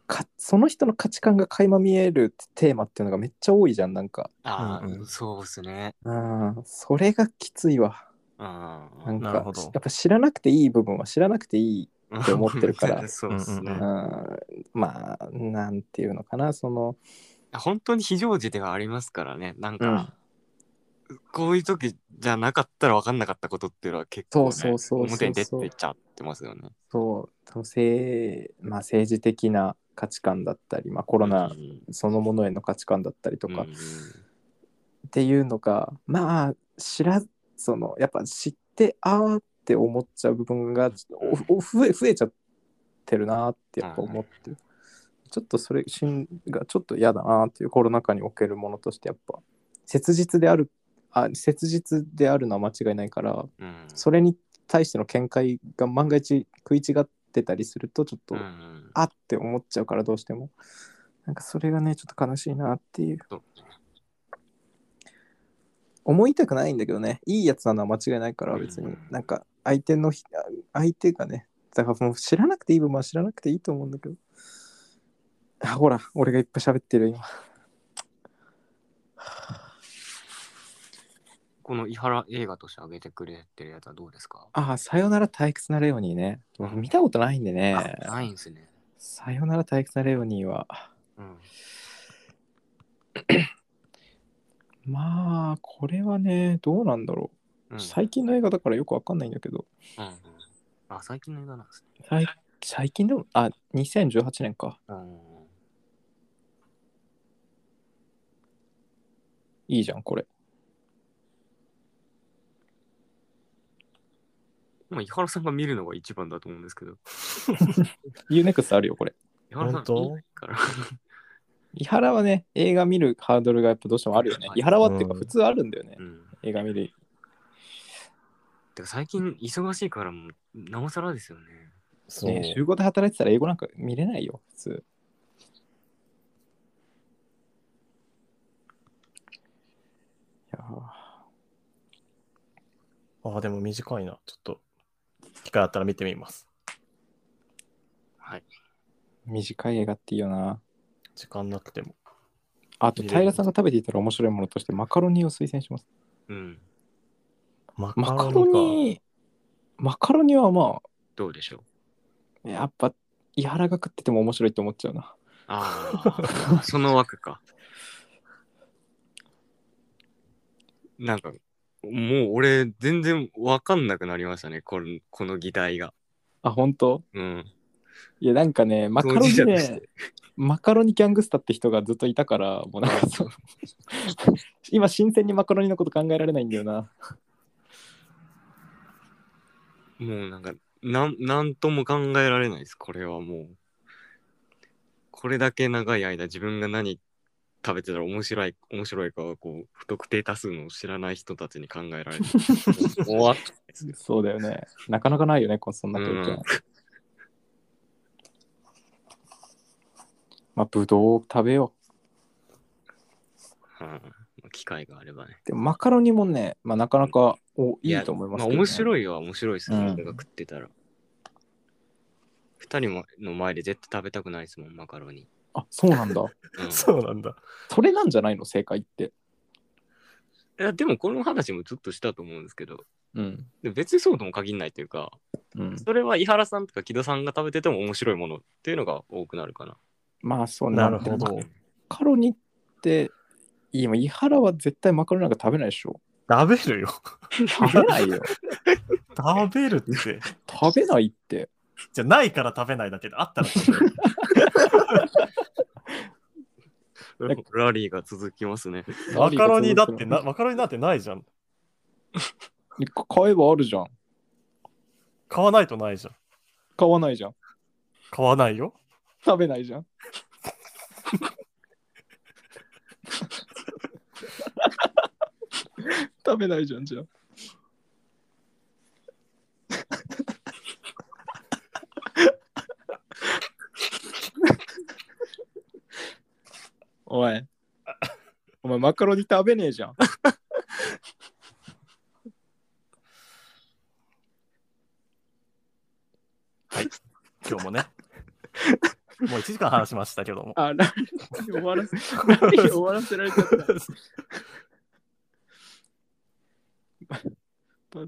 S3: かその人の価値観が垣間見えるテーマっていうのがめっちゃ多いじゃんなんか
S2: ああ、
S1: うんうん
S2: そうですね。
S3: うんそれがきついわ
S2: うんう。
S3: なんん
S1: なる
S3: か
S1: ほど
S3: やっぱ知らなくていい部分は知らなくていいって思ってるか ら
S2: そうですね、
S1: うんうん
S3: うんまあなんていうのかなその
S2: 本当に非常時ではありますからね。なんか、こういう時じゃなかったら分かんなかったことっていうのは結構、ね、
S3: そうそうそうそうそ
S2: 表
S3: う
S2: に出てっちゃってますよね。
S3: そう多分政まあ、政治的な価値観だったり、まあ、コロナ
S2: うん
S3: そのものへの価値観だったりとか
S2: うんう
S3: っていうのが、まあ知らそのやっぱ知ってああって思っちゃう部分がおお増え増えちゃってるなってやっぱ思ってる、ちょっとそれしんがちょっと嫌だなっていうコロナ禍におけるものとしてやっぱ切実であるあ切実であるのは間違いないから
S2: んうん
S3: それに対しての見解が万が一食い違ってたりするとちょっと、
S2: うんうん
S3: あって思っちゃうからどうしてもなんかそれがねちょっと悲しいなっていう
S2: そう
S3: 思いたくないんだけどねいいやつなのは間違いないから別
S2: うん
S3: に
S2: うん
S3: なんか相手のひ相手がねだからもう知らなくていい部分は知らなくていいと思うんだけどあほら俺がいっぱい喋ってる今
S2: この伊原映画として上げてくれてるやつはどうですか、
S3: ああさよなら退屈なレオニーね僕見たことないんでね
S2: あないんですね。
S3: さよなら退屈なレオニーは
S2: うん
S3: まあこれはねどうなんだろ
S2: う
S3: う、
S2: ん
S3: 最近の映画だからよくわかんないんだけど
S2: うんうんあ、最近の映画なんですね。
S3: 最最近でもあ2018年か
S2: うん
S3: いいじゃんこれ
S2: まあ、伊原さんが見るのが一番だと思うんですけど。
S3: UNEXT あるよこれ
S2: 伊原さん
S1: 本当
S2: 見ないから。
S3: 伊原はね映画見るハードルがやっぱどうしてもあるよね
S2: はい
S3: 伊原はっていうか
S1: うん
S3: 普通あるんだよね、
S2: うん。
S3: 映画見る
S2: てか最近忙しいからもう、なおさらですよね。
S1: そう。
S3: ね週5で働いてたら英語なんか見れないよ普通いやー
S1: あ、でも短いな。ちょっと、機会あったら見てみます。
S2: はい。
S3: 短い映画っていいよな
S1: 時間なくても。
S3: あと平さんが食べていたら面白いものとしてマカロニを推薦します
S2: うん。
S1: マ
S3: マカ ロニマカロニはま
S2: どうでしょう。
S3: あやっぱ伊原が食ってても面白いと思っちゃうな
S2: あ あ、その枠か。なんか、もう俺、全然わかんなくなりましたね、このこの議題が。
S3: あ本当
S2: うん。
S3: いやなんかねマカロ
S2: 当事
S3: ニ
S2: 者として
S3: ねマカロニギャングスタって人がずっといたからもうなんかそう 今新鮮にマカロニのこと考えられないんだよな
S2: もうなんか、なん、なんとも考えられないです、これはもう。これだけ長い間、自分が何食べてたら面白い、面白いかは、こう、不特定多数の知らない人たちに考えられ る。終わった ですよ
S3: そうだよねなかなかないよねこうそんな経験、
S2: うん
S3: まあブドウを食べよ
S2: うんまあ機会があればね。
S3: うでもマカロニもね、まあ、なかなかおいいと思います
S2: まあ、
S3: けど、ね
S2: 面白いは面白いですね、
S3: うん
S2: 俺が食ってたら。二人もの前で絶対食べたくないですもん、マカロニ。
S3: あそうなんだ
S2: うん
S1: そうなんだ。
S3: それなんじゃないの正解って
S2: いやでもこの話もちょっとしたと思うんですけど、
S3: うん。
S2: で別にそうとも限らないというか、
S3: うん。
S2: それは井原さんとか木戸さんが食べてても面白いものっていうのが多くなるかな。
S3: まあそう
S1: な
S3: な
S1: る
S3: るほ
S1: ほ
S3: ど。
S1: ど。
S3: マカロニって、今、井原は絶対マカロニなんか食べないで しょ。
S1: 食べるよ。
S3: 食べないよ。
S1: 食べるって。
S3: 食べないって。
S1: じゃないから食べないだけで、あったら食 べる。
S2: ラリーが続きますね。
S1: マカロニだってな、マカロニなんてないじゃん。
S3: 買えばあるじゃん。
S1: 買わないとないじゃん。
S3: 買わないじゃん。
S1: 買わないよ。
S3: 食べないじゃん。食べないじゃんじゃあ。おい。お前マカロニ食べねえじゃん。
S1: 今日 もね。もう1時間話しましたけども。
S3: あ、ラリー終わらせ、ラリー終わらせられちゃった。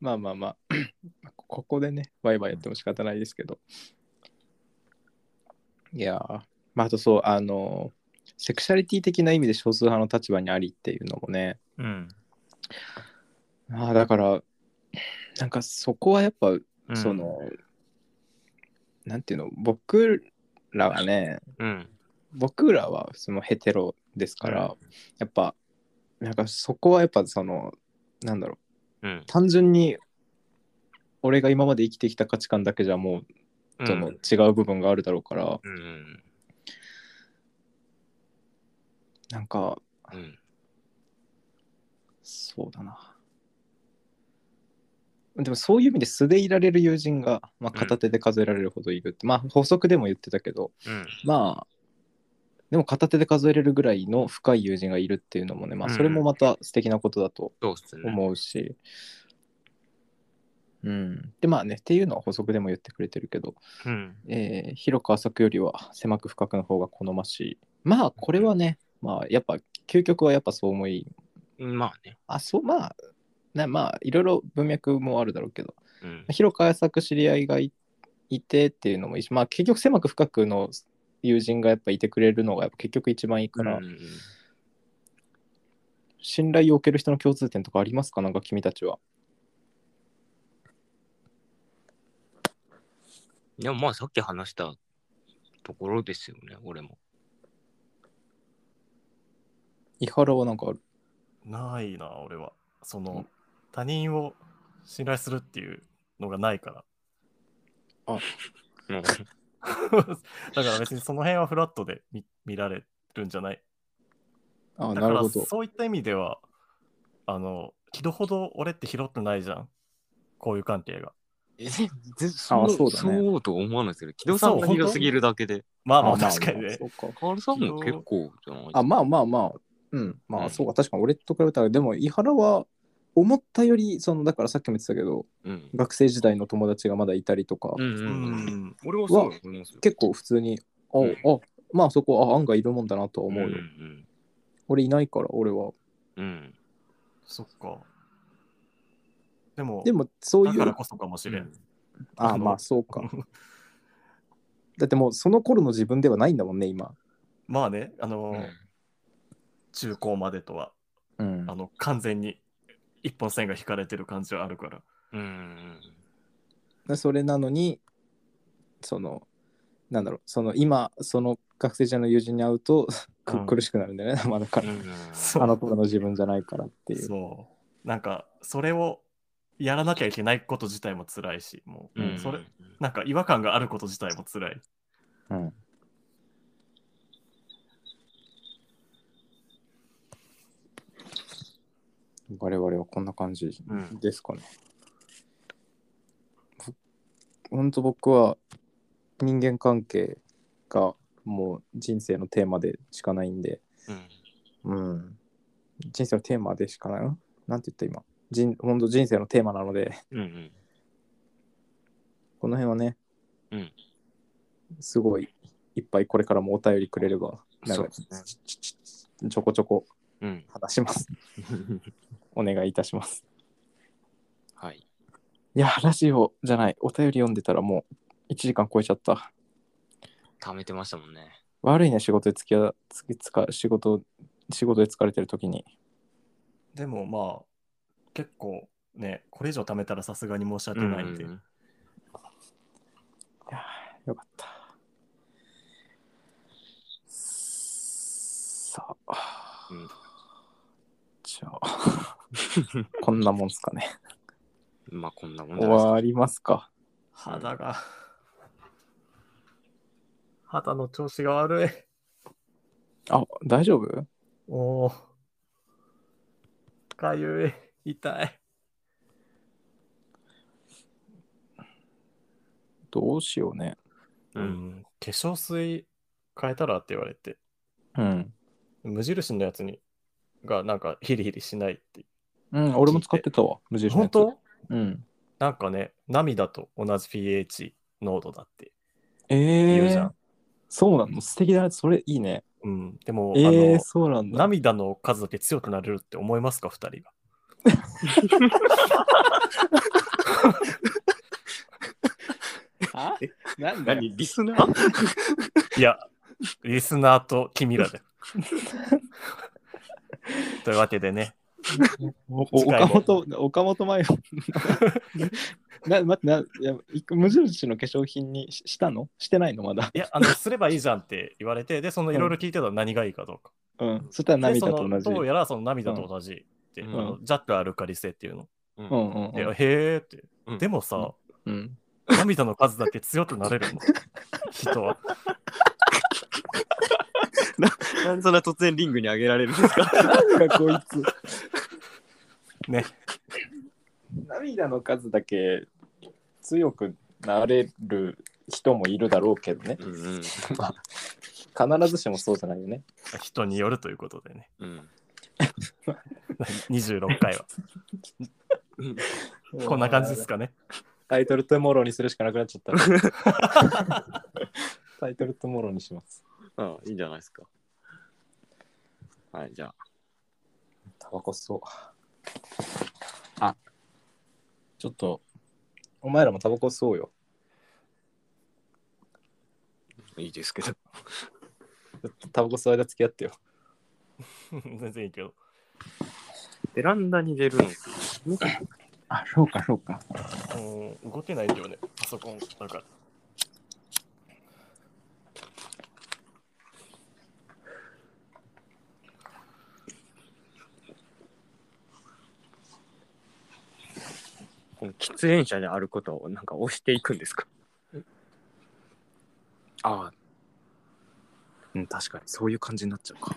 S3: まあまあま あ、ここでね、ワイワイやっても仕方ないですけど。いやー、まああとそう、あのーセクシャリティ的な意味で少数派の立場にありっていうのもね、
S1: うん。
S3: あーだから、なんかそこはやっぱ、
S1: うん
S3: その、なんていうの、僕らはね、
S2: うん。
S3: 僕らはそのヘテロですから、
S2: う
S3: やっぱ、なんかそこはやっぱその、なんだろう、
S2: うん。
S3: 単純に俺が今まで生きてきた価値観だけじゃも
S2: う
S3: うんその違う部分があるだろうから、
S2: うん。
S3: なんか
S2: うん。
S3: そうだなでもそういう意味で素でいられる友人が、まあ、片手で数えられるほどいるって、まあ補足でも言ってたけど
S2: うん。
S3: まあでも片手で数えれるぐらいの深い友人がいるっていうのもね、まあ、
S2: うん
S3: それもまた素敵なことだと
S2: そうっすね。
S3: 思うし、うん、でまあねっていうのは補足でも言ってくれてるけど
S2: うん。
S3: えー広く浅くよりは狭く深くの方が好ましい。まあこれはね、まあやっぱ究極はやっぱそう思い、
S2: まあね。
S3: あそうまあなまあいろいろ文脈もあるだろうけど、
S2: うん。
S3: 広く浅く知り合いがいいてっていうのもいいし、まあ結局狭く深くの友人がやっぱいてくれるのがやっぱ結局一番いいから、
S2: うん
S3: 信頼を受ける人の共通点とかありますかなんか君たちは。
S2: いや、まあさっき話したところですよね、俺も。
S3: 伊原はなんかある。
S1: ないな、俺は。その、他人を信頼するっていうのがないから。
S2: う
S1: だ
S2: ん。
S1: から別にその辺はフラットで見見られるんじゃない。
S3: あ
S1: だ
S3: な
S1: か
S3: る
S1: ら
S3: ほど。
S1: そういった意味では、あの、気どほど俺って拾ってないじゃん。こういう関係が。
S2: え、全然
S3: あ
S2: そ
S3: そう
S2: う
S3: だね
S2: そうとは思わないですけど、木戸さんが広すぎるだけで、
S1: まあ
S3: あ
S1: まあ確かにね。
S3: そうか
S2: カールさんも結構じゃない
S3: あまあまあまあうんま
S2: う
S3: あ
S2: ん
S3: そうか、確かに俺と比べたらでも伊原は思ったよりそのだからさっきも言ってたけど
S2: うん。
S3: 学生時代の友達がまだいたりとか、
S2: うん
S1: う
S2: うんうん。
S1: ん。
S2: 俺はそうだと思いますよ。
S3: 結構普通にあ、
S2: うん
S3: あまあそこは案外いるもんだなとは思うよ、
S2: うん
S3: 俺いないから俺は
S2: うん。うん。
S1: そっか。でも、
S3: でもそう
S1: だ
S3: い
S1: から
S3: う
S1: こそかもしれん。
S3: あ
S1: あの
S3: まあそうかだってもうその頃の自分ではないんだもんね今
S1: まあね、あの、
S2: うん
S1: 中高までとは、
S3: うん
S1: あの、完全に一本線が引かれてる感じはあるから。
S2: うん。
S3: でそれなのにそのなんだろうその今その学生時代の友人に会うとく
S1: うん
S3: 苦しくなるんだよね、 まあだから、
S1: そう
S3: あの頃の自分じゃないからっていう
S1: そう。なんか、それをやらなきゃいけないこと自体も辛いし、もう、
S2: うん。
S1: それ、なんか違和感があること自体も辛い。
S3: うん我々はこんな感じ
S2: うん
S3: ですかね。ほんと僕は人間関係がもう人生のテーマでしかないんで、
S2: うん。
S3: うん、人生のテーマでしかないな。なんて言った今。人本当人生のテーマなので、
S2: うんうん。
S3: この辺はね、
S2: うん
S3: すごいいっぱいこれからもお便りくれれば、なん
S2: そう
S3: か
S2: ですね
S3: ちょこちょこ
S2: うん。
S3: 話します。 お願いいたします。
S2: はい。
S3: いや、ラジオじゃない。お便り読んでたらもう1時間超えちゃった。
S2: 貯めてましたもんね。
S3: 悪いね、仕事でつきあつきつか仕事、仕事で疲れてる時に。
S1: でもまあ、結構ね、これ以上貯めたらさすがに申し訳ないんで、
S2: うん
S3: よかった。さあ。
S2: うん
S3: じゃあ、こんなもんすかね。
S2: まあこんなもんじゃ
S3: 終
S2: ないですか
S3: わりますか。
S1: 肌が、肌の調子が悪い。
S3: あ、大丈夫
S1: おお。かゆい。痛い。
S3: どうしようね。
S1: う
S2: うん
S1: ん。化粧水変えたらって言われて、
S3: うん。
S1: 無印のやつに、がなんかヒリヒリしないって。
S3: うん、俺も使ってたわ。無印のや
S1: 本
S3: つ
S1: 当
S3: うん。
S1: なんかね、涙と同じ pH 濃度だって
S3: え
S1: 言うじゃ
S3: ー
S1: ん。、
S3: そうなの素敵だね。それいいね。
S1: うん。でも、
S3: え
S1: あ
S3: ー、
S1: の、
S3: そうなんだ。
S1: 涙の数だけ強くなれるって思いますか、二人が。
S3: あなんだよ
S2: 何リスナー
S1: いや、リスナーと君 らで。というわけでね、
S3: おお
S1: 次回も
S3: 岡本、岡本麻代。 な、待って、な、いや、い無印の化粧品にししたのしてないのまだ。
S1: いや、あの、すればいいじゃんって言わ れて、で、そのいろいろ聞いてたら何がいいかどうか。
S3: うん。そしたら
S1: で
S3: 涙
S1: そ
S3: と同
S1: の
S3: じ。
S1: どうやらその涙と同じって、
S2: うん
S1: あのジャックアルカリ性っていうの。
S2: うん
S3: うんうん
S1: でへーって。
S2: うん
S1: でもさ、
S3: うん。うん。
S1: 涙の数だけ強くなれるの 人は。
S2: なんでそんな突然リングに上げられるんですか
S3: なんかこいつ。
S1: ね。
S3: 涙の数だけ強くなれる人もいるだろうけどね。
S2: うんうん
S3: まあ、必ずしもそうじゃないよね。
S1: 人によるということでね。
S2: うん
S1: 26回は。
S2: うん
S1: こんな感じですかね。
S3: タイトルトゥモローにするしかなくなっちゃった。 タイトルトゥモローにします。
S2: あいいんじゃないですかはいじゃあ
S3: タバコ吸おう。あちょっと、お前らもタバコ吸おうよ。
S2: いいですけど
S3: タバコ吸う間付き合ってよ。
S1: 全然いいけど。
S2: ベランダに出るの
S3: あ、そうか、そうか。
S1: うん、動けないよね。パソコンだから。
S2: この喫煙者であることをなんか押していくんですかああうん確かにそういう感じになっちゃうか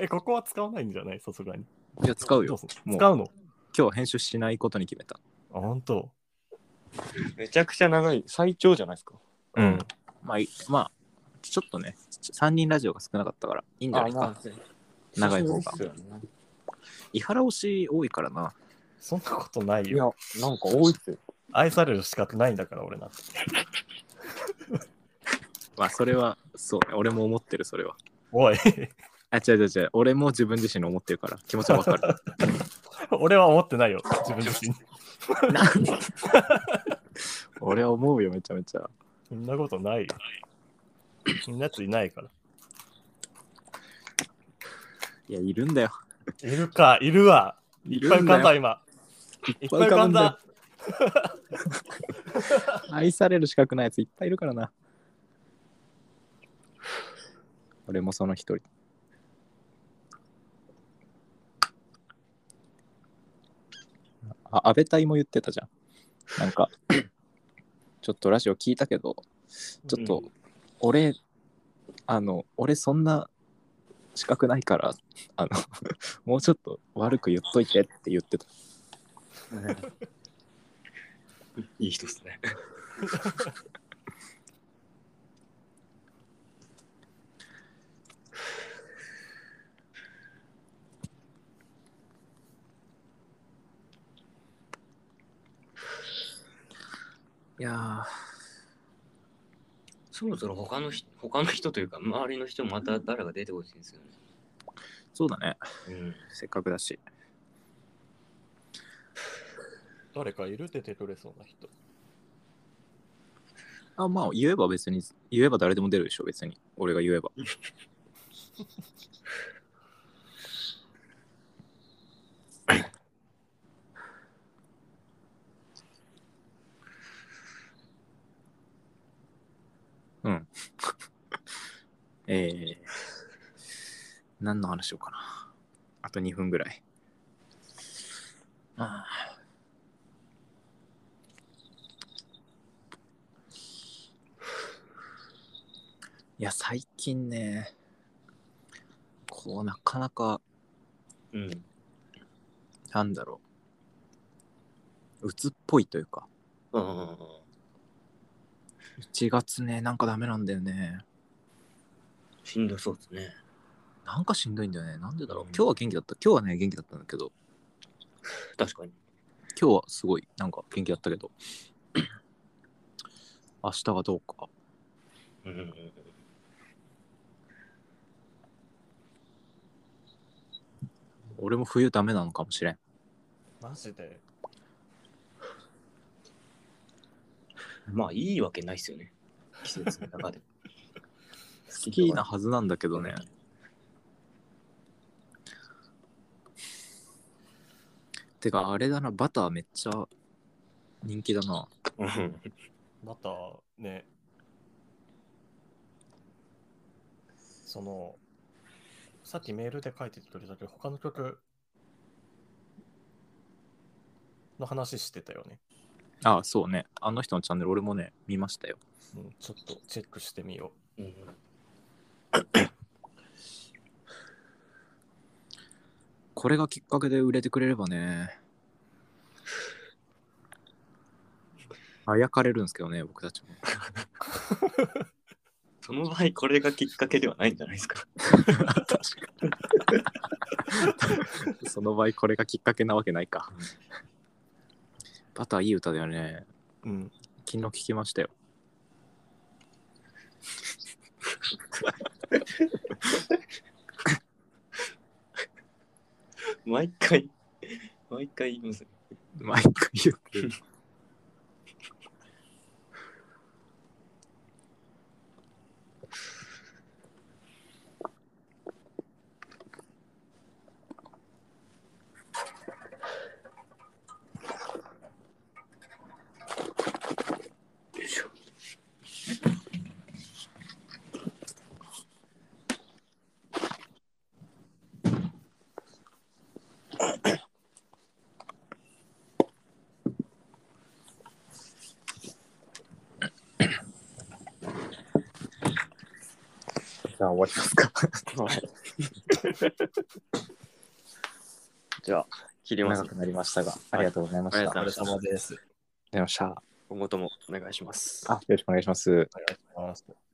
S1: え、ここは使わないんじゃないさすがに。
S2: いや使う
S1: ど
S2: よ
S1: うすん
S2: もう
S1: 使うの
S3: 今日は編集しないことに決めた。
S1: あ、本当。
S2: めちゃくちゃ長い最長じゃないですか
S1: うん。
S3: まあ、いまあ、ちょっとね、3人ラジオが少なかったから、いいんじゃないか。長い方が。伊原推し多いからな。
S1: そんなことない
S2: いや
S1: よ。
S2: なんか多いっすよ
S1: 愛される資格ないんだから、俺なんて。
S3: まあ、それは、そうね。俺も思ってる、それは。
S1: おい、
S3: あ、違う違う違う。俺も自分自身の思ってるから、気持ちはわか る。
S1: 俺は思ってないよ。自分自身。
S3: 俺は思うよ、めちゃめちゃ。
S1: そんなことないよ。そんなやついないから。
S3: いや、いるんだよ。
S1: いるか、いるわ。
S3: い
S1: いっぱい
S3: るん
S1: 浮か
S3: だ
S1: んだ、
S3: よ。
S1: 今。いっぱ
S3: ぱ
S1: い浮
S3: い浮
S1: か
S3: か
S1: ん
S3: んだ
S1: だ。
S3: 愛される資格ないやついっぱいいるからな。俺もその一人。あ、安倍隊も言ってたじゃん。なんか、ちょっとラジオ聞いたけど、ちょっと、俺、あの、俺そんな資格ないから、あの、もうちょっと悪く言っといてって言ってた。
S2: いい人っすね
S3: いやー、
S2: そろそろ他の人他の人というか周りの人また誰が出てほしいんですよね
S3: そうだね。
S2: うん。
S3: せっかくだし。
S1: 誰かいる出てくれそうな人。
S3: あ、まあ、言えば別に、言えば誰でも出るでしょ、別に。俺が言えば。うん。えー、何の話しようかな。あと2分ぐらい。ああ。いや、最近ね、こう、なかなか、
S2: うん。
S3: なんだろう。鬱っぽいというか。
S2: ああ。
S3: 1月ね、なんかダメなんだよね。
S2: しんどそうですね。
S3: なんかしんどいんだよね。なんでだろう
S2: うん。
S3: 今日は元気だった。今日はね、元気だったんだけど、
S2: 確かに。
S3: 今日はすごい、なんか元気だったけど、 明日がどうか。
S2: うんうん
S3: 俺も冬ダメなのかもしれん。
S1: マジで
S2: うん。まあ、いいわけないですよね。季節の 中で。
S3: 好きなはずなんだけどね。てか、あれだな、バターめっちゃ人気だな。
S2: うん。
S1: またね、その、さっきメールで書いてくれたけど、他の曲の話してたよね。
S3: ああ、そうね。あの人のチャンネル、俺もね、見ましたよ。
S1: うん、ちょっとチェックしてみよ
S2: うん
S3: これがきっかけで売れてくれればね。あやかれるんですけどね、僕たちも。
S2: その場合、これがきっかけではないんじゃないですか。
S3: 確かに。その場合、これがきっかけなわけないか。バターいい歌だよね。
S1: う。うん。
S3: 昨日聞きましたよ。
S2: 毎回、毎回言います。
S3: 毎回言 ってる。
S2: よいしょ。
S3: じゃあ終わりますか。
S2: じゃあ、切ります
S3: 長。くなりましたが、ありがとうございました。
S2: はいありがとうござ
S1: お疲
S2: いました
S1: れ様です。
S3: ございました。
S2: 今後ともお願いします。
S3: あ、よろしくお願いします。
S1: お願いします。